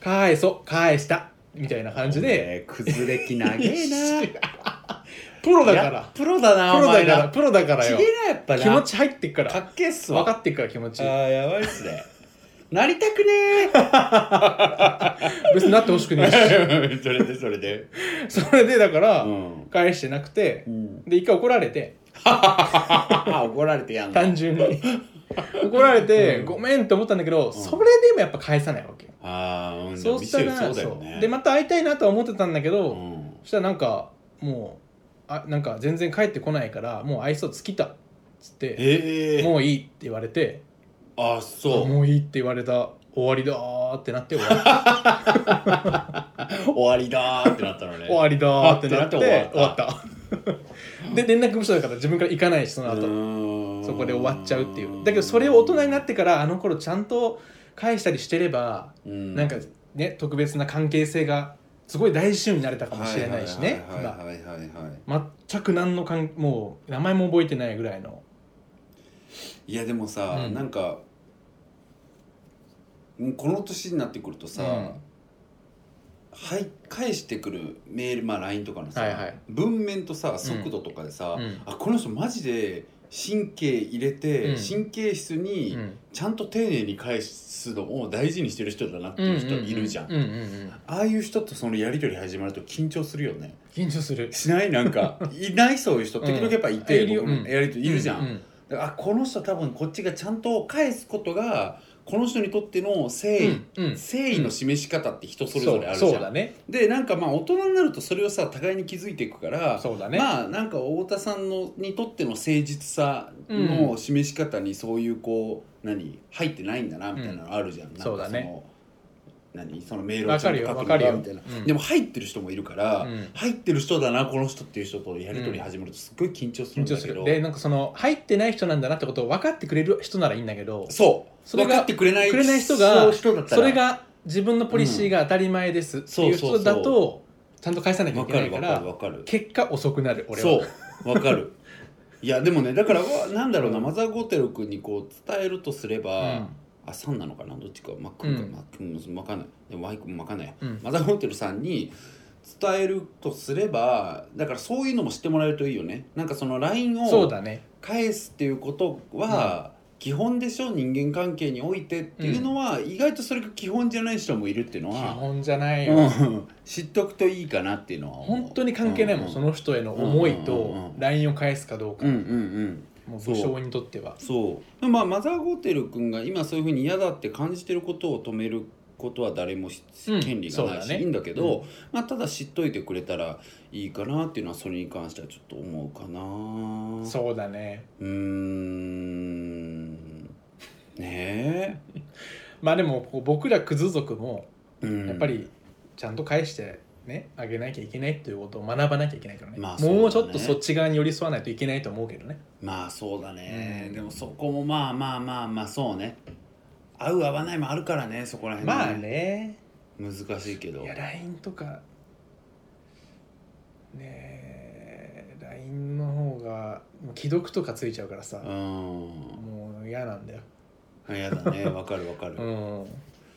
Speaker 1: 返そう返したみたいな感じで
Speaker 2: お前崩れ気長えな
Speaker 1: プロだか
Speaker 2: いや
Speaker 1: ら
Speaker 2: プロだな
Speaker 1: プ
Speaker 2: お
Speaker 1: ロだ
Speaker 2: 前
Speaker 1: から
Speaker 2: ら
Speaker 1: プロだから
Speaker 2: ち
Speaker 1: よ
Speaker 2: げえなやっぱな
Speaker 1: 気持ち入ってっか
Speaker 2: からっけえっすわ
Speaker 1: 分かってっから気持ち
Speaker 2: あーやばいっすねなりたくね
Speaker 1: 別になってほしくないし
Speaker 2: え それでそれで
Speaker 1: それでだから、
Speaker 2: うん、
Speaker 1: 返してなくてで一回怒られて
Speaker 2: 怒られてやんの
Speaker 1: 単純に 怒られて、
Speaker 2: うん
Speaker 1: ごめんって思ったんだけど、
Speaker 2: ん
Speaker 1: それでもやっぱ返さないわけよ、
Speaker 2: ああうん
Speaker 1: そうした
Speaker 2: でも店よ
Speaker 1: ら
Speaker 2: りそうだよね
Speaker 1: そうでまた会いたいなとは思ってたんだけど、
Speaker 2: うん
Speaker 1: そしたらなんかもうあなんか全然帰ってこないからもう愛想尽きたっつって
Speaker 2: ええ
Speaker 1: もういいって言われて
Speaker 2: あそう
Speaker 1: もういいって言われた終わりだーって なって終わり
Speaker 2: 終わりだーってなったのね
Speaker 1: 終わりだーってなって
Speaker 2: 終
Speaker 1: 終
Speaker 2: わ
Speaker 1: わ
Speaker 2: っ
Speaker 1: ったた で連絡部署だから自分から行かないしその後
Speaker 2: 後
Speaker 1: そこで終わっちゃうっていうだけどそれを大人になってからあの頃ちゃんと返したりしてれば、なんかね特別な関係性がすごい大事になれたかもしれないしね
Speaker 2: はいはいはいはいはいはいはい
Speaker 1: 今全く何の関もう名前も覚えてないぐらいの
Speaker 2: いやでもさ、
Speaker 1: うん
Speaker 2: なんかもうこの年になってくるとさ、
Speaker 1: うん
Speaker 2: はい返してくるメール、まあ、LINE とかのさ、
Speaker 1: はいはい
Speaker 2: 文面とさ速度とかでさ、
Speaker 1: うん
Speaker 2: あこの人マジで神経入れて、
Speaker 1: うん
Speaker 2: 神経質に
Speaker 1: うん
Speaker 2: ちゃんと丁寧に返すのを大事にしてる人だなっていう人いるじゃん,、
Speaker 1: うううんうん
Speaker 2: ああいう人とそのやり取り始まると緊張するよね
Speaker 1: 緊張する
Speaker 2: しないなん かいないそういう人
Speaker 1: うん
Speaker 2: 時々やっぱいて、
Speaker 1: いるよ
Speaker 2: 僕も
Speaker 1: うん
Speaker 2: やり取りいるじゃん、
Speaker 1: うん
Speaker 2: だからあこの人多分こっちがちゃんと返すことがこの人にとっての誠
Speaker 1: う
Speaker 2: 意、
Speaker 1: んうん
Speaker 2: 誠意の示し方って人それぞれあるじ
Speaker 1: そう
Speaker 2: ゃ、
Speaker 1: そうんだね
Speaker 2: でなんかまあ大人になるとそれをさ互いに気づいていくから、
Speaker 1: そうだね、
Speaker 2: まあなんか太田さんのにとっての誠実さの示し方にそういうこう何入ってないんだなみたいなのあるじゃん,、なんか
Speaker 1: そうだね
Speaker 2: の何そのメールを
Speaker 1: わ
Speaker 2: ちゃん
Speaker 1: か
Speaker 2: と
Speaker 1: る
Speaker 2: 書
Speaker 1: よ
Speaker 2: く
Speaker 1: わ
Speaker 2: のか
Speaker 1: かるよ
Speaker 2: みたいな、
Speaker 1: うん
Speaker 2: でも入ってる人もいるから、
Speaker 1: うん
Speaker 2: 入ってる人だなこの人っていう人とやり取り始めるとすっごい緊張する
Speaker 1: 緊
Speaker 2: んだ
Speaker 1: 張す
Speaker 2: けど、
Speaker 1: るでなんかその入ってない人なんだなってことを分かってくれる人ならいいんだけど
Speaker 2: そう
Speaker 1: それ
Speaker 2: 分
Speaker 1: が
Speaker 2: かってくれない
Speaker 1: くれない人が
Speaker 2: そう人だった
Speaker 1: そ
Speaker 2: ら
Speaker 1: れが自分のポリシーが当たり前ですっていう
Speaker 2: そうそうそ
Speaker 1: 人
Speaker 2: う
Speaker 1: だとちゃんと返さなきゃい
Speaker 2: 分
Speaker 1: け
Speaker 2: か
Speaker 1: な
Speaker 2: る
Speaker 1: いか
Speaker 2: 分かる
Speaker 1: ら
Speaker 2: 分かる
Speaker 1: 結果遅くなる俺は
Speaker 2: そうわかるいやでもねだからわなんだろうなマザー・ゴーテル君にこう伝えるとすれば、
Speaker 1: ん
Speaker 2: あさんなのかなどっちかマックンか、
Speaker 1: うん
Speaker 2: マックンわかんないでもワイ君わかんないや、
Speaker 1: うん
Speaker 2: マザーホテルさんに伝えるとすればだからそういうのも知ってもらえるといいよねなんかその LINE
Speaker 1: そう
Speaker 2: を
Speaker 1: だね
Speaker 2: 返すっていうことは基本でしょ人間関係においてっていうのは、意外とそれが基本じゃない人もいるっていうの
Speaker 1: 基
Speaker 2: は、
Speaker 1: 本じゃないよ、
Speaker 2: うん、知っとくといいかなっていうのは思う
Speaker 1: 本当に関係ないもん、
Speaker 2: う
Speaker 1: その人への思い
Speaker 2: うんうんう
Speaker 1: と
Speaker 2: んうん
Speaker 1: LINE を返すかどうか、
Speaker 2: うんうんうん
Speaker 1: もう武将にとっては
Speaker 2: そうまあマザー・ゴーテル君が今そういうふうに嫌だって感じてることを止めることは誰もし
Speaker 1: うん
Speaker 2: 権利がない
Speaker 1: そう
Speaker 2: し、
Speaker 1: だね
Speaker 2: いいんだけど、まあ、ただ知っといてくれたらいいかなっていうのはそれに関してはちょっと思うかな
Speaker 1: そうだね
Speaker 2: うーんね
Speaker 1: まあでもこう僕らクズ族も
Speaker 2: え、うん
Speaker 1: やっぱりちゃんと返してねあげなきゃいけないということを学ばなきゃいけないからね,、
Speaker 2: まあ
Speaker 1: もうち
Speaker 2: そう
Speaker 1: ょ
Speaker 2: だ
Speaker 1: っ
Speaker 2: ね
Speaker 1: とそっち側に寄り添わないといけないと思うけどね
Speaker 2: まあそうだね、
Speaker 1: うん
Speaker 2: でもそこもまあまあまあまあそうね合う合わないもあるからねそこら辺
Speaker 1: まあね
Speaker 2: 難しいけど
Speaker 1: いや LINE とかねえ LINE の方がもう既読とかついちゃうからさ
Speaker 2: う、ん
Speaker 1: もう嫌なんだよ
Speaker 2: 嫌だねわかるわかる、
Speaker 1: うん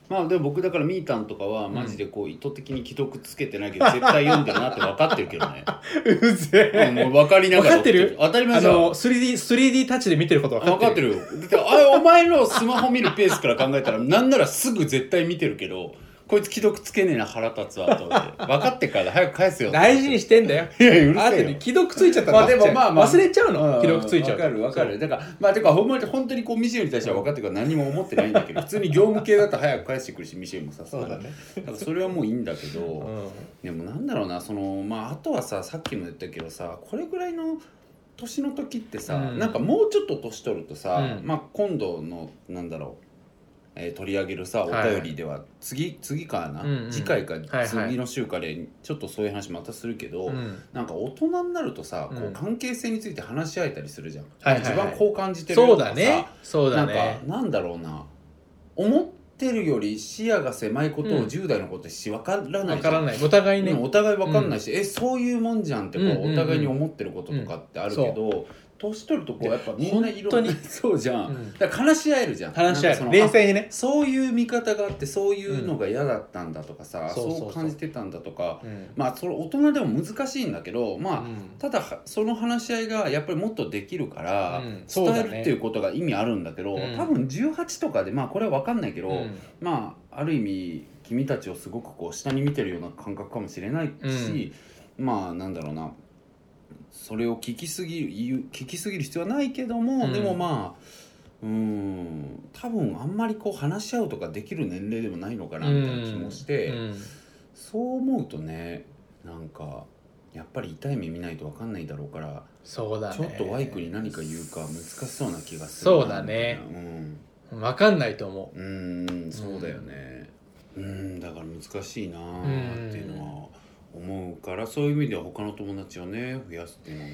Speaker 2: まあでも僕だからみーたんとかはマジでこう意図的に既読つけてないけど絶対読んでるなって分かってるけどね
Speaker 1: うぜえ
Speaker 2: うんもう分かりながら
Speaker 1: 分かってる
Speaker 2: 当たり
Speaker 1: あ
Speaker 2: 前だよ
Speaker 1: の 3D, 3D タッチで見てることは
Speaker 2: 分かってるよだってあお前のスマホ見るペースから考えたらなんならすぐ絶対見てるけどこいつ既読つけねえな腹立つわと思って分かってっから早く返すよ
Speaker 1: 大事にしてんだよ
Speaker 2: いやいやうる
Speaker 1: あ
Speaker 2: せ
Speaker 1: と
Speaker 2: え
Speaker 1: に
Speaker 2: よ
Speaker 1: 既読ついちゃったら
Speaker 2: まあでもまあまあ
Speaker 1: 忘れちゃうの
Speaker 2: うん
Speaker 1: 既読ついちゃうと
Speaker 2: わかるわかるだからまあてかほんまに本当にこうミシェルに対しては分かってるから何も思ってないんだけど普通に業務系だと早く返してくるしミシェルもさ
Speaker 1: そうそうだね
Speaker 2: だからそれはもういいんだけど、
Speaker 1: うん
Speaker 2: でもなんだろうなそのまああとはささっきも言ったけどさこれぐらいの年の時ってさ、
Speaker 1: うん
Speaker 2: なんかもうちょっと年取るとさ、
Speaker 1: うん
Speaker 2: まあ今度のなんだろうえー取り上げるさお
Speaker 1: はい
Speaker 2: 便りでは、次次かな、
Speaker 1: うんうん
Speaker 2: 次回か
Speaker 1: はいはい
Speaker 2: 次の週かでちょっとそういう話またするけど、
Speaker 1: うん
Speaker 2: なんか大人になるとさ、こ
Speaker 1: う
Speaker 2: うん関係性について話し合えたりするじゃん、
Speaker 1: はいはいはい
Speaker 2: 自分はこう感じてるよ
Speaker 1: そう
Speaker 2: とか
Speaker 1: だ
Speaker 2: さ
Speaker 1: ねそうだ
Speaker 2: なん
Speaker 1: ね
Speaker 2: かなんだろうな思ってるより視野が狭いことを10代の子ってし分からないじゃん
Speaker 1: わからないお互いね
Speaker 2: うんお互い分かんないし、えそういうもんじゃんってこう、
Speaker 1: うんうんうん
Speaker 2: お互いに思ってることとかってあるけど、年取るとこうやっぱみんな色
Speaker 1: 本当に
Speaker 2: そうじゃん、
Speaker 1: うん
Speaker 2: だから話し合えるじゃん
Speaker 1: 話し合
Speaker 2: なんかそ
Speaker 1: い
Speaker 2: の
Speaker 1: 冷静にね
Speaker 2: あそういう見方があってそういうのが嫌だったんだとかさ、
Speaker 1: んそうそう
Speaker 2: そ
Speaker 1: そう
Speaker 2: う感じてたんだとか
Speaker 1: うん
Speaker 2: まあそれ大人でも難しいんだけどまあ、
Speaker 1: うん
Speaker 2: ただはその話し合いがやっぱりもっとできるから、
Speaker 1: うんそう
Speaker 2: 伝
Speaker 1: だね
Speaker 2: えるっていうことが意味あるんだけど
Speaker 1: うん
Speaker 2: 多分18とかでまあこれは分かんないけど、
Speaker 1: うん
Speaker 2: まあある意味君たちをすごくこう下に見てるような感覚かもしれないし、まあなんだろうなそれを聞きすぎる言う聞きすぎる必要はないけども、
Speaker 1: うん
Speaker 2: でもまあうん多分あんまりこう話し合うとかできる年齢でもないのかなみたいな気もして、
Speaker 1: うん
Speaker 2: そう思うとねなんかやっぱり痛い目見ないと分かんないだろうから、
Speaker 1: そうだね
Speaker 2: ちょっとワイクに何か言うか難しそうな気がする
Speaker 1: そうだね
Speaker 2: みたいなうん
Speaker 1: わかんないと思
Speaker 2: うーんそうだよねうんだから難しいなーっていうのは思うからそういう意味では他の友達をね増やすっていうのも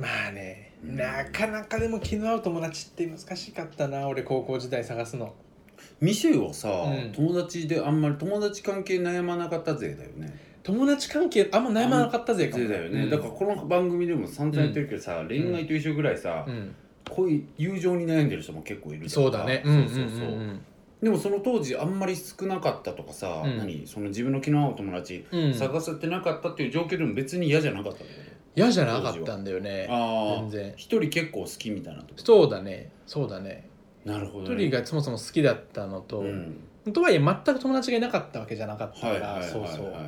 Speaker 1: うまあね
Speaker 2: うん
Speaker 1: なかなかでも気の合う友達って難しかったな俺高校時代探すの
Speaker 2: ミシェルはさ、
Speaker 1: うん
Speaker 2: 友達であんまり友達関係悩まなかった勢だよね
Speaker 1: 友達関係あんま悩まなかったぜかも
Speaker 2: 勢だよね、
Speaker 1: うん
Speaker 2: だからこの番組でも散々やってるけどさ、恋愛と一緒ぐらいさ、
Speaker 1: うん
Speaker 2: 恋友情に悩んでる人も結構いるじゃん
Speaker 1: そうだね
Speaker 2: そうそうそう,、
Speaker 1: うん
Speaker 2: でもその当時あんまり少なかったとかさ、
Speaker 1: うん
Speaker 2: 何その自分の気の合う友達
Speaker 1: うんうんうん
Speaker 2: 探せてなかったっていう状況でも別に嫌じゃなかったんだよね、
Speaker 1: 嫌じゃなかったんだよね
Speaker 2: あ
Speaker 1: 全
Speaker 2: あ
Speaker 1: 然
Speaker 2: 一人結構好きみたいなとこ
Speaker 1: そうだねそうだね
Speaker 2: なるほど
Speaker 1: 一
Speaker 2: ね、
Speaker 1: 人がそもそも好きだったのと、
Speaker 2: うん
Speaker 1: とはいえ全く友達がいなかったわけじゃなかったか
Speaker 2: はいはい
Speaker 1: ら、
Speaker 2: はいはい
Speaker 1: そうそう
Speaker 2: は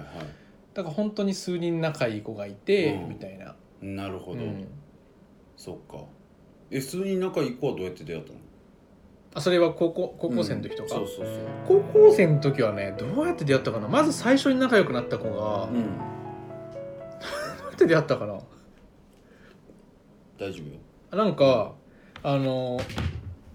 Speaker 1: だから本当に数人仲いい子がいて、
Speaker 2: うん
Speaker 1: みたいな、
Speaker 2: いなるほど、
Speaker 1: うん
Speaker 2: そっかえ数人仲いい子はどうやって出会ったの
Speaker 1: あそれは高校高校生の時とか、
Speaker 2: うんそうそうそう
Speaker 1: 高校生の時はねどうやって出会ったかなまず最初に仲良くなった子が、
Speaker 2: う
Speaker 1: ど
Speaker 2: ん
Speaker 1: うやって出会ったかな
Speaker 2: 大丈夫よ
Speaker 1: あなんかあの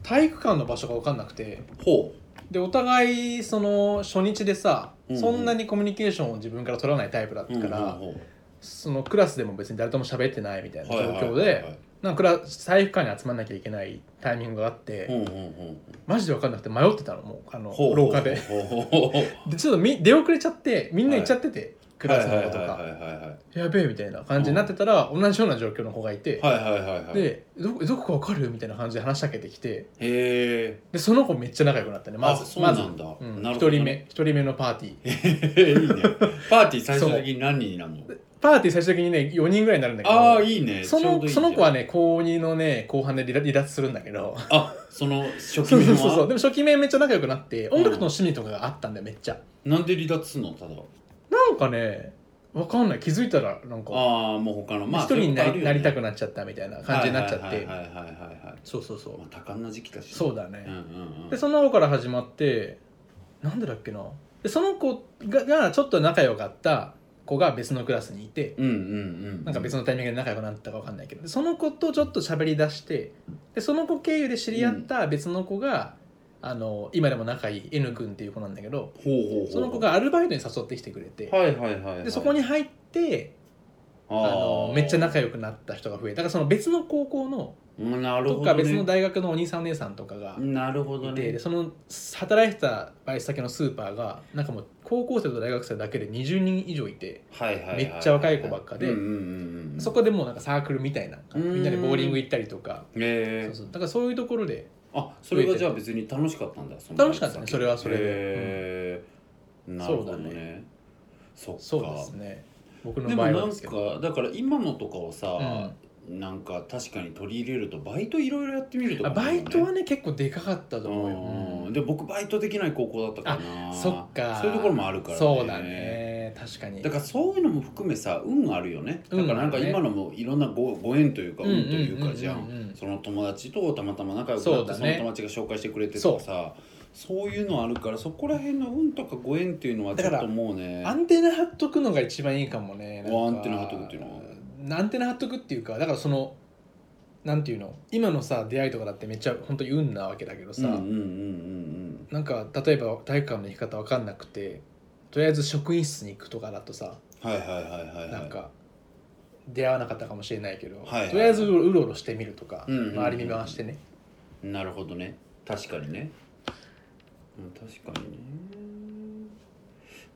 Speaker 1: 体育館の場所が分かんなくて
Speaker 2: ほ
Speaker 1: でお互いその初日で
Speaker 2: うんう
Speaker 1: さ、
Speaker 2: ん
Speaker 1: そんなにコミュニケーションを自分から取らないタイプだっ
Speaker 2: う
Speaker 1: たから、
Speaker 2: ほう
Speaker 1: そのクラスでも別に誰とも喋ってないみたいな
Speaker 2: ほう
Speaker 1: 状
Speaker 2: はいはい
Speaker 1: 況
Speaker 2: はい
Speaker 1: でなんかクラ体育館に集まんなきゃいけないタイミングがあって、
Speaker 2: ほうほうほ
Speaker 1: マジで分かんなくて迷ってたのもうあの
Speaker 2: うほう
Speaker 1: 廊下で
Speaker 2: ほうほうほうほう
Speaker 1: でちょっとみ出遅れちゃってみんな行っちゃってて、クラスの子とか、
Speaker 2: はいはいはいはい
Speaker 1: やべえみたいな感じになってたら、同じような状況の子がいて、
Speaker 2: はいはいはいはいはい
Speaker 1: でどこどこかわかるみたいな感じで話しかけてきて
Speaker 2: へえ
Speaker 1: でその子めっちゃ仲良くなったねま
Speaker 2: あ
Speaker 1: ず
Speaker 2: そうな
Speaker 1: ま
Speaker 2: ん
Speaker 1: ず
Speaker 2: だ
Speaker 1: うん
Speaker 2: なる
Speaker 1: 一
Speaker 2: ほどね
Speaker 1: 人 目一人目のパーティー
Speaker 2: いいねパーティー最終的に何人になるの
Speaker 1: パーティー最終的にね4人ぐらいになるんだけど
Speaker 2: ああいいね
Speaker 1: そ
Speaker 2: ちょう
Speaker 1: の
Speaker 2: どいいじ
Speaker 1: そ
Speaker 2: ゃん
Speaker 1: の子はね高2のね後半で離脱離脱するんだけど
Speaker 2: あその初期
Speaker 1: そう
Speaker 2: 面
Speaker 1: そう
Speaker 2: は
Speaker 1: そうそうでも初期面めっちゃ仲良くなって
Speaker 2: うん
Speaker 1: 音楽の趣味とかがあったんだよめっちゃ
Speaker 2: なんで離脱すんのただ
Speaker 1: なんかねわかんない気づいたらなんか
Speaker 2: ああもう他のまあ
Speaker 1: 一人にな
Speaker 2: そう
Speaker 1: り,、
Speaker 2: う
Speaker 1: なりたく
Speaker 2: い
Speaker 1: なっちゃったみたいな感じになっちゃって、
Speaker 2: はいはいはいはいはいはい
Speaker 1: そうそうそう、
Speaker 2: まあ多感な時期だし
Speaker 1: そうだね、
Speaker 2: うんうんうん
Speaker 1: でその子から始まってなんでだっけなでその子ががちょっと仲良かった子が別のクラスにいて
Speaker 2: うんうんうん
Speaker 1: なんか別
Speaker 2: の
Speaker 1: のタイミングで仲良くなったか分かんないけどでその子とちょっと喋り出してでその子経由で知り合った別の子が、あの今でも仲いい N 君っていう子なんだけど
Speaker 2: ほうほうほう
Speaker 1: その子がアルバイトに誘ってきてくれて、
Speaker 2: はいはいはいはい
Speaker 1: でそこに入って
Speaker 2: あ
Speaker 1: あのめっちゃ仲
Speaker 2: 良
Speaker 1: 良くなった人が増えただからその別の高校の
Speaker 2: なる
Speaker 1: と
Speaker 2: ほ
Speaker 1: か
Speaker 2: ど
Speaker 1: 別の
Speaker 2: ね
Speaker 1: 大学のお兄さんお姉さんとかが
Speaker 2: なるほど
Speaker 1: いて
Speaker 2: ね
Speaker 1: でその働いてたバイト先のスーパーがなんかもう高校生と大学生だけで20人以上いて
Speaker 2: はいはいはい
Speaker 1: めっちゃ若い子ばっかで
Speaker 2: うんうんうん
Speaker 1: そこでもうなんかサークルみたいな
Speaker 2: うん
Speaker 1: みんなでボーリング行ったりとか
Speaker 2: へえ
Speaker 1: そうそうだからそういうところで
Speaker 2: あそれがじゃあ別に楽しかったんだその
Speaker 1: 楽しかったねそれはそれで
Speaker 2: へえなるほどねそっか
Speaker 1: そうですね僕の
Speaker 2: でも
Speaker 1: 場合
Speaker 2: な
Speaker 1: は
Speaker 2: ん
Speaker 1: ですけど
Speaker 2: かだから今のとかをさ
Speaker 1: う
Speaker 2: なんか確かに取り入れるとバイトいろいろやってみると
Speaker 1: んあ
Speaker 2: かも
Speaker 1: バ
Speaker 2: ね
Speaker 1: イトはね結構でかかったと思
Speaker 2: う
Speaker 1: う
Speaker 2: ん
Speaker 1: よ
Speaker 2: で僕バイトできない高校だったから
Speaker 1: う
Speaker 2: なん
Speaker 1: そっか
Speaker 2: そういうところもあるから
Speaker 1: そうだね確かに
Speaker 2: だからそういうのも含めさ運あるよねだ
Speaker 1: 運あ
Speaker 2: か
Speaker 1: る
Speaker 2: ら
Speaker 1: ね
Speaker 2: なんか今のもいろんなごご縁というか
Speaker 1: うんうん
Speaker 2: 運というかじゃ
Speaker 1: うんうんうん
Speaker 2: ん
Speaker 1: うん
Speaker 2: その友達とたまたま仲良くなって
Speaker 1: そう
Speaker 2: そ,、
Speaker 1: だね
Speaker 2: の友達が紹介してくれてとかさそういうのあるからそこら辺の運とかご縁っていうのは
Speaker 1: だ
Speaker 2: ちょ
Speaker 1: から
Speaker 2: っともうね
Speaker 1: アンテナ張っとくのが一番いいかもねなんか
Speaker 2: おアンテナ張っとくっていうの
Speaker 1: アンテナ張っとくっていうかだからそのなんていうの今のさ出会いとかだってめっちゃ本当に運なわけだけどさ、
Speaker 2: うんうんうんうん
Speaker 1: なんか例えば体育館の行き方わかんなくてとりあえず職員室に行くとかだとさ
Speaker 2: うんはいはいはいはいはい
Speaker 1: なんか出会わなかったかもしれないけど、
Speaker 2: はいはい
Speaker 1: とりあえずうろうろしてみるとか、
Speaker 2: うんうんうん
Speaker 1: 周り見回してね
Speaker 2: なるほどね確かにねうん確かにね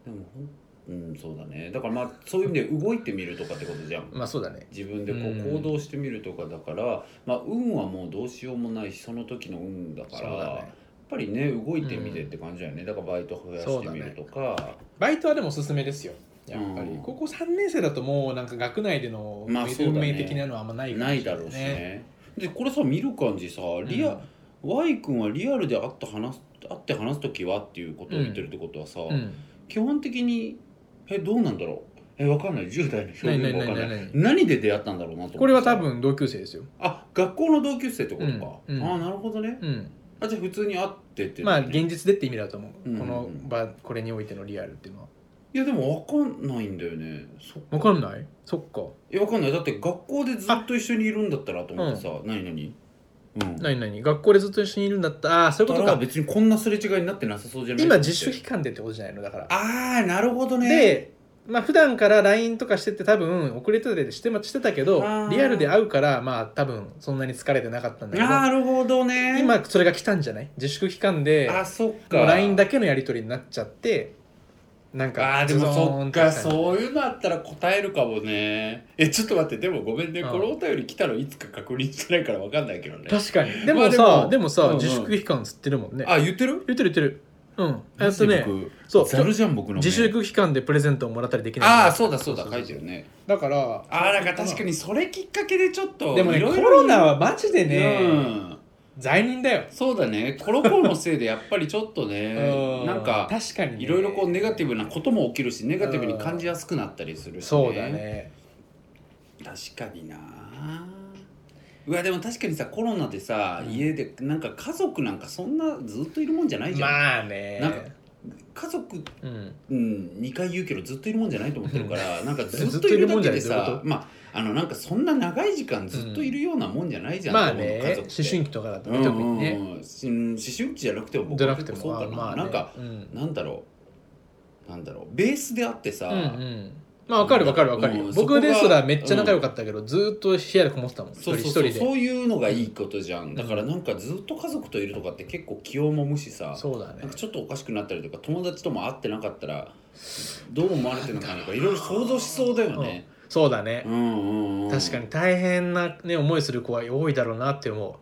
Speaker 2: でもほんうんそうだねだからまあそういう意味で動いてみるとかってことじゃん
Speaker 1: まあそうだね
Speaker 2: 自分でこ
Speaker 1: う
Speaker 2: うん行動してみるとかだから、まあ運はもうどうしようもないしその時の運だ
Speaker 1: そ
Speaker 2: か
Speaker 1: う
Speaker 2: ら
Speaker 1: だ
Speaker 2: や
Speaker 1: ね
Speaker 2: っぱりね動いてみてって感じだよね、だからバイト増やしてみるとか、
Speaker 1: バイトはでもおすすめですよやっぱり、
Speaker 2: うん
Speaker 1: 高校3年生だともうなんか学内での
Speaker 2: まあそうだ
Speaker 1: 運
Speaker 2: ね
Speaker 1: 命的なのはあんまないかも
Speaker 2: ない
Speaker 1: しれ
Speaker 2: だ
Speaker 1: な
Speaker 2: ろ
Speaker 1: いう
Speaker 2: しねでこれさ見る感じさリア、Y 君はリアルで会って話す会って話す時はっていうことを言ってるってことはさ、
Speaker 1: うんうん
Speaker 2: 基本的にえどうなんだろうえわかんない10代の表現がわかんない
Speaker 1: ないないないない
Speaker 2: 何で出会ったんだろうなと思って
Speaker 1: これは多分同級生ですよ、
Speaker 2: あ学校の同級生ってことか、
Speaker 1: うんうん
Speaker 2: ああなるほどね
Speaker 1: うん、
Speaker 2: あじゃあ普通に会ってって、
Speaker 1: まあ現実でって意味だと思う、
Speaker 2: うん
Speaker 1: この場これにおいてのリアルっていうのはい
Speaker 2: やでも分かんないんだよねそっ
Speaker 1: わかんないそっか
Speaker 2: いや分かんないだって学校でずっと一緒にいるんだったらと思ってさ、何何うんだ
Speaker 1: 何何学校でずっと一緒にいるんだったああーそういうこ
Speaker 2: か
Speaker 1: と
Speaker 2: ら
Speaker 1: か
Speaker 2: 別にこんなすれ違いになってなさそうじゃない
Speaker 1: 今自主期間でってことじゃないのだから
Speaker 2: ああなるほどね
Speaker 1: でまあ普段から LINE とかしてて多分遅れてたりしてましてたけど
Speaker 2: あー
Speaker 1: リアルで会うからまあ多分そんなに疲れてなかったんだけど
Speaker 2: なるほどね
Speaker 1: 今それが来たんじゃない自粛期間で
Speaker 2: あそっ
Speaker 1: も
Speaker 2: か
Speaker 1: う LINE だけのやり取りになっちゃってなんか
Speaker 2: あーでもそっか
Speaker 1: う
Speaker 2: そういうのあったら答えるかもねえちょっと待ってでもごめんね、
Speaker 1: うん
Speaker 2: このお便り来たのいつか確認してないから分かんないけどね
Speaker 1: 確かにで
Speaker 2: まあ
Speaker 1: も
Speaker 2: で
Speaker 1: さ、
Speaker 2: も
Speaker 1: でもさ、
Speaker 2: うんうん
Speaker 1: 自粛期間つってるもんね
Speaker 2: あ言ってる
Speaker 1: 言ってる言ってるうんえ
Speaker 2: マ
Speaker 1: っ
Speaker 2: ジ
Speaker 1: と
Speaker 2: で
Speaker 1: ね
Speaker 2: 僕
Speaker 1: そう
Speaker 2: ざるじゃん僕の目
Speaker 1: 自粛期間でプレゼントをもらったりできない
Speaker 2: ああそうだそうだ
Speaker 1: そうそう
Speaker 2: 書
Speaker 1: そ
Speaker 2: い
Speaker 1: う
Speaker 2: てるね
Speaker 1: だから
Speaker 2: あーなんか確かにそれきっかけでちょっと
Speaker 1: でも
Speaker 2: い
Speaker 1: ね
Speaker 2: ろい
Speaker 1: コ
Speaker 2: ろ
Speaker 1: ロナはマジでね、
Speaker 2: うん、
Speaker 1: 罪人だよ、
Speaker 2: そうだねコロコロのせいでやっぱりちょっとね
Speaker 1: う
Speaker 2: なんか
Speaker 1: 確かにね、
Speaker 2: いろいろこうネガティ
Speaker 1: ブ
Speaker 2: ブなことも起きるしネガティブに感じやすくなったりするし、
Speaker 1: そうだね
Speaker 2: 確かになうわでも確かにさコロナでさ、
Speaker 1: うん
Speaker 2: 家でなんか家族なんかそんなずっといるもんじゃないじゃん、
Speaker 1: まあね
Speaker 2: なんか家族、
Speaker 1: うん
Speaker 2: うん、2回言うけどずっといるもんじゃないと思ってるからなんかず
Speaker 1: ず
Speaker 2: っ
Speaker 1: っ
Speaker 2: と
Speaker 1: と
Speaker 2: い
Speaker 1: い
Speaker 2: る
Speaker 1: る
Speaker 2: だ
Speaker 1: もんじ
Speaker 2: け
Speaker 1: ゃな
Speaker 2: で
Speaker 1: いどういう
Speaker 2: さ
Speaker 1: こ
Speaker 2: まああのなんかそんな長い時間ずっといるようなもんじゃないじゃん、
Speaker 1: まあ
Speaker 2: と思うの家
Speaker 1: ね
Speaker 2: 族
Speaker 1: 思
Speaker 2: って
Speaker 1: 春期とかだと
Speaker 2: うん
Speaker 1: ね
Speaker 2: うん
Speaker 1: 特にね、
Speaker 2: うんし思春期じゃなくても僕
Speaker 1: じゃ
Speaker 2: は
Speaker 1: なくて
Speaker 2: 結構
Speaker 1: も
Speaker 2: そうかな、
Speaker 1: まあまあ、ね、
Speaker 2: なんか
Speaker 1: うん、
Speaker 2: なんだろうなんだろうベースであってさ、
Speaker 1: うんうんまあわかるわかるわかるよ、
Speaker 2: うんそこが
Speaker 1: 僕ですらめっちゃ仲良かったけど、ずーっと部屋でこもってたもん一
Speaker 2: そ
Speaker 1: 人
Speaker 2: うそう
Speaker 1: 一人
Speaker 2: そう
Speaker 1: で
Speaker 2: そういうのがいいことじゃんだからなんかずっと家族といるとかって結構気をもむしさ
Speaker 1: そうだ
Speaker 2: な
Speaker 1: ね
Speaker 2: んかちょっとおかしくなったりとか友達とも会ってなかったらどう思われてるのかなとかいろいろ想像しそうだよね。
Speaker 1: そうだね
Speaker 2: う、んうんうん、
Speaker 1: 確かに大変な、ね、思いする子は多いだろうなって思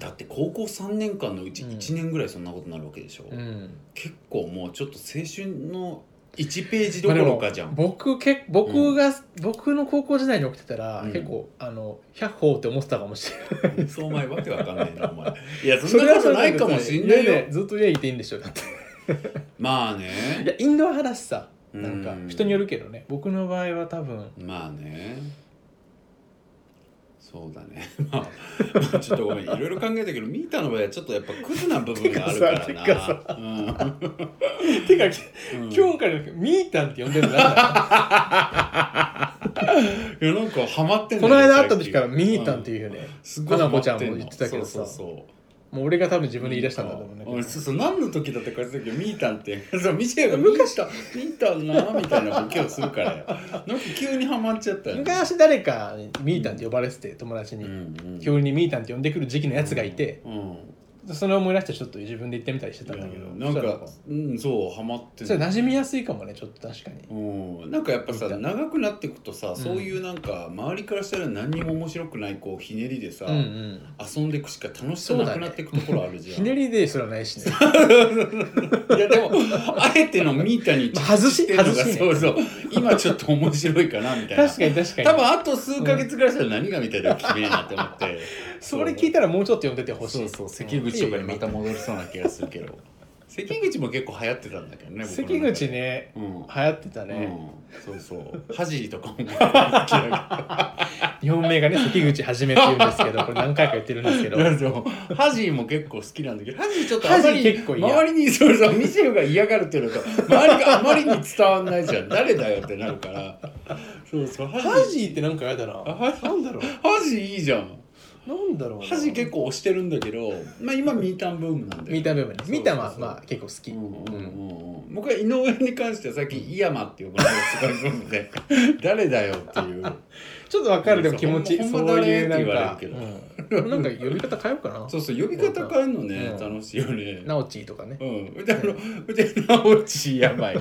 Speaker 2: だって高校3年間のうち
Speaker 1: うん
Speaker 2: 1年ぐらいそんなことになるわけでしょ、
Speaker 1: う、うん
Speaker 2: 結構もうちょっと青春の1ページど
Speaker 1: まあ
Speaker 2: こ
Speaker 1: で
Speaker 2: ろ
Speaker 1: も
Speaker 2: かじゃん、
Speaker 1: 僕け僕が、僕の高校時代に起きてたら、
Speaker 2: うん
Speaker 1: 結構あの百歩って思ってたかもしれない
Speaker 2: そうお前わけわかんないなお前いやそんなことないかもしんない
Speaker 1: 家
Speaker 2: よ
Speaker 1: でずっと家にいていいんでしょだって
Speaker 2: まあ
Speaker 1: い
Speaker 2: ね
Speaker 1: やインドア派だしさなんか
Speaker 2: うん
Speaker 1: 人によるけどね僕の場合は 多分
Speaker 2: まあねそうだね まあちょっとごめんいろいろ考えたけどミータの場合はちょっとやっぱクズな部分があるから
Speaker 1: て
Speaker 2: な
Speaker 1: かさ
Speaker 2: うん
Speaker 1: てか
Speaker 2: うん
Speaker 1: 今日からミータンって呼んでるんだ
Speaker 2: いやなんかハマってんだ
Speaker 1: こ
Speaker 2: よ
Speaker 1: の間会った時から
Speaker 2: 最近
Speaker 1: ミータンっていうね
Speaker 2: んすごいハマって
Speaker 1: 花子ちゃん
Speaker 2: の
Speaker 1: も言ってたけどさ
Speaker 2: そうそうそう
Speaker 1: もう俺が多分自分で言い出したんだと思うんだけ
Speaker 2: 俺
Speaker 1: ど
Speaker 2: そうそう何の時だってこれ時ミータンって そうミシェルが昔だミータンなみたいなボケをするからよなんか急にハマっちゃったよ、
Speaker 1: 昔誰かにミータンって呼ばれてて友達
Speaker 2: うん
Speaker 1: に
Speaker 2: うん、
Speaker 1: 急にミータンって呼んでくる時期のやつがいて
Speaker 2: うん、
Speaker 1: それを思い出してちょっと自分で言ってみたりしてたんだけど
Speaker 2: いやなん
Speaker 1: そしたら
Speaker 2: かうんそうハマってん
Speaker 1: それ
Speaker 2: の
Speaker 1: 馴染みやすいかもねちょっと確かに
Speaker 2: うん、なんかやっぱさ
Speaker 1: ミータン
Speaker 2: 長くなっていくとさ、
Speaker 1: ん
Speaker 2: そういうなんか周りからしたら何にも面白くないこうひねりでさ、
Speaker 1: うんうん
Speaker 2: 遊んでいくしか楽しさなくなっていくところあるじゃん、
Speaker 1: ひねりですらないし ね
Speaker 2: いやでもあえてのミータンに
Speaker 1: まあ外し
Speaker 2: してるの
Speaker 1: 外
Speaker 2: が
Speaker 1: しね
Speaker 2: そうそう今ちょっと面白いかなみたいな
Speaker 1: 確かに確かに
Speaker 2: 多分あと数ヶ月ぐらいしたら何が見たいなきれいなと思って
Speaker 1: それ聞いたらもうちょっと呼んでてほし
Speaker 2: そ
Speaker 1: いう
Speaker 2: そう関口とかにまた戻りそうな気がするけど関口も結構流行ってたんだけどね僕の
Speaker 1: 関
Speaker 2: 中で
Speaker 1: 口ね
Speaker 2: うん、
Speaker 1: 流行ってたね、
Speaker 2: うん、そうそうハジリとかもハ
Speaker 1: 日本名がね関口はじめって言うんですけどこれ何回か言ってるんですけ ど
Speaker 2: ジリも結構好きなんだけどハジリちょっとあ
Speaker 1: ハジ
Speaker 2: ま
Speaker 1: リ
Speaker 2: り
Speaker 1: 結構嫌
Speaker 2: 周りにそうそうミシェルが嫌がるっていうのと周りがあまりに伝わんないじゃん誰だよってなるからそうそうハジ
Speaker 1: ハジーってなんかやだな
Speaker 2: あハジ
Speaker 1: なんだろ
Speaker 2: ハジいいじゃん
Speaker 1: うなんだろうな
Speaker 2: ハジ結構押してるんだけど、まあ、今ミータンブームなんだよ
Speaker 1: 見た目もね
Speaker 2: そうそうそう
Speaker 1: 見た目はまあ結構好き、
Speaker 2: うんうんうんうん僕は井上に関しては最近「井山」って呼ばれるすごいブームで誰だよっていう
Speaker 1: ちょっとわかるでも気持ち
Speaker 2: ほんま
Speaker 1: そ
Speaker 2: ほんま
Speaker 1: う
Speaker 2: だね
Speaker 1: いうなん
Speaker 2: っ
Speaker 1: か
Speaker 2: て言われ、
Speaker 1: うん、なんか呼び方変えようか な
Speaker 2: そうそう呼び方変えるのね
Speaker 1: うん
Speaker 2: 楽しいよね
Speaker 1: ナオチー とかね
Speaker 2: うんであので直ちやばい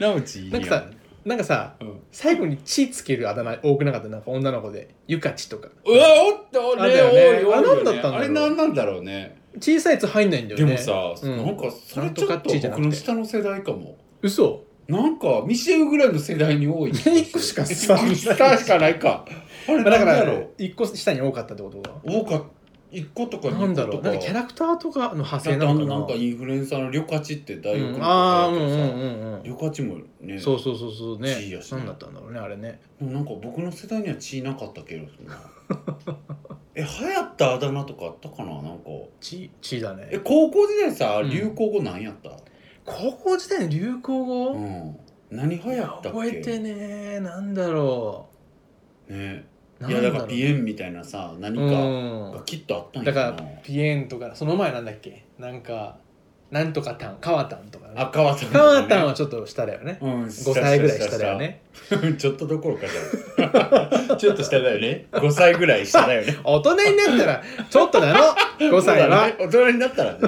Speaker 2: 直ちいいや
Speaker 1: なんかさなんかさ
Speaker 2: うん
Speaker 1: 最後に「ち」つけるあだ名多くなかったなんか女の子で「ゆかち」とか
Speaker 2: うわおっと
Speaker 1: あ
Speaker 2: ね
Speaker 1: だよね
Speaker 2: おいおい
Speaker 1: あれ
Speaker 2: おい
Speaker 1: 何だったんだろう
Speaker 2: あれ何なんだろうね
Speaker 1: 小さいやつ入んないんだよ
Speaker 2: で
Speaker 1: ね
Speaker 2: もさ
Speaker 1: うん
Speaker 2: なんかそれ
Speaker 1: なん
Speaker 2: ち
Speaker 1: と
Speaker 2: ょ
Speaker 1: か
Speaker 2: っ
Speaker 1: っ
Speaker 2: と
Speaker 1: ちじゃなく
Speaker 2: 僕
Speaker 1: て
Speaker 2: の下の世代かも
Speaker 1: 嘘
Speaker 2: なんかミシェルぐらいの世代に多い気がする
Speaker 1: 一個しか下の世代
Speaker 2: 下しかないかあれ
Speaker 1: まあだ
Speaker 2: 何
Speaker 1: か
Speaker 2: だ
Speaker 1: ら
Speaker 2: ろ
Speaker 1: 1個下に多かったってことは
Speaker 2: う多か1個とか
Speaker 1: なんだろうなんかキャラクターとかの派生なのかな
Speaker 2: なんかインフルエンサーのリョカチって大学
Speaker 1: う
Speaker 2: の
Speaker 1: ん、ああう
Speaker 2: 子
Speaker 1: んう
Speaker 2: だ
Speaker 1: ん
Speaker 2: よ
Speaker 1: う
Speaker 2: さ
Speaker 1: ん
Speaker 2: リョカチも
Speaker 1: う
Speaker 2: ね
Speaker 1: んそうそうそうそうね
Speaker 2: 地位やしね
Speaker 1: 何だったんだろうねあれね
Speaker 2: なんか僕の世代には血なかったけどなえ流行ったあだ名とかあったかななんか
Speaker 1: 地地位だ
Speaker 2: え
Speaker 1: ね
Speaker 2: 高校時代さ
Speaker 1: うん
Speaker 2: 流行語なんやった
Speaker 1: 高校時代の流行語、
Speaker 2: うん、何流行ったっ
Speaker 1: 覚えて
Speaker 2: け
Speaker 1: ねなんだろ
Speaker 2: ね
Speaker 1: うないん
Speaker 2: やだから
Speaker 1: ろう
Speaker 2: ピエンみたいなさ何かがきっとあった
Speaker 1: うんん、
Speaker 2: や
Speaker 1: だか
Speaker 2: な
Speaker 1: らピエンとかその前なんだっけなんかなんとかタンカワタンとかね
Speaker 2: あ川田
Speaker 1: カワタンはちょっと下だよね
Speaker 2: うん、
Speaker 1: 5歳ぐらい下だよね
Speaker 2: 下。下下 ちょっとどころかじゃ ん。ちょっと下だよね。5歳ぐらい下だよね。
Speaker 1: 大人になったらちょっと なの
Speaker 2: そ
Speaker 1: 5歳は
Speaker 2: うだね大人になったらね。こ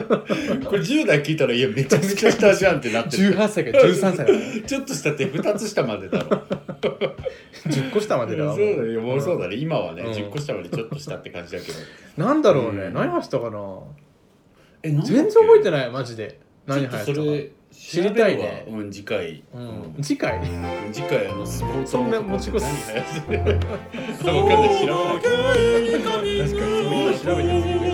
Speaker 2: れ10代聞いたら、いや、めちゃめちゃ下じゃんってなってる。
Speaker 1: 18歳から13歳だね
Speaker 2: ちょっと下って2つ下までだろ。
Speaker 1: 10個下ま
Speaker 2: そう
Speaker 1: で
Speaker 2: だ
Speaker 1: だわ
Speaker 2: よ、もうそうだね。今はね、
Speaker 1: うん
Speaker 2: 10個下までちょっと下って感じだけど。
Speaker 1: なんだろうね、
Speaker 2: うん
Speaker 1: 何話したかな
Speaker 2: え、なんだっけ
Speaker 1: 全然覚えてないマジで何
Speaker 2: ちょ
Speaker 1: 流行っ
Speaker 2: ったと
Speaker 1: か
Speaker 2: それ、
Speaker 1: 知りたいね
Speaker 2: 調べるわうん、次回。
Speaker 1: う
Speaker 2: うん
Speaker 1: ん、次回
Speaker 2: うん次回、あの、スポーツ
Speaker 1: そんな持ち越す
Speaker 2: 何流行ってるわかんない、知らない。確かに、そう今調べてもいいよ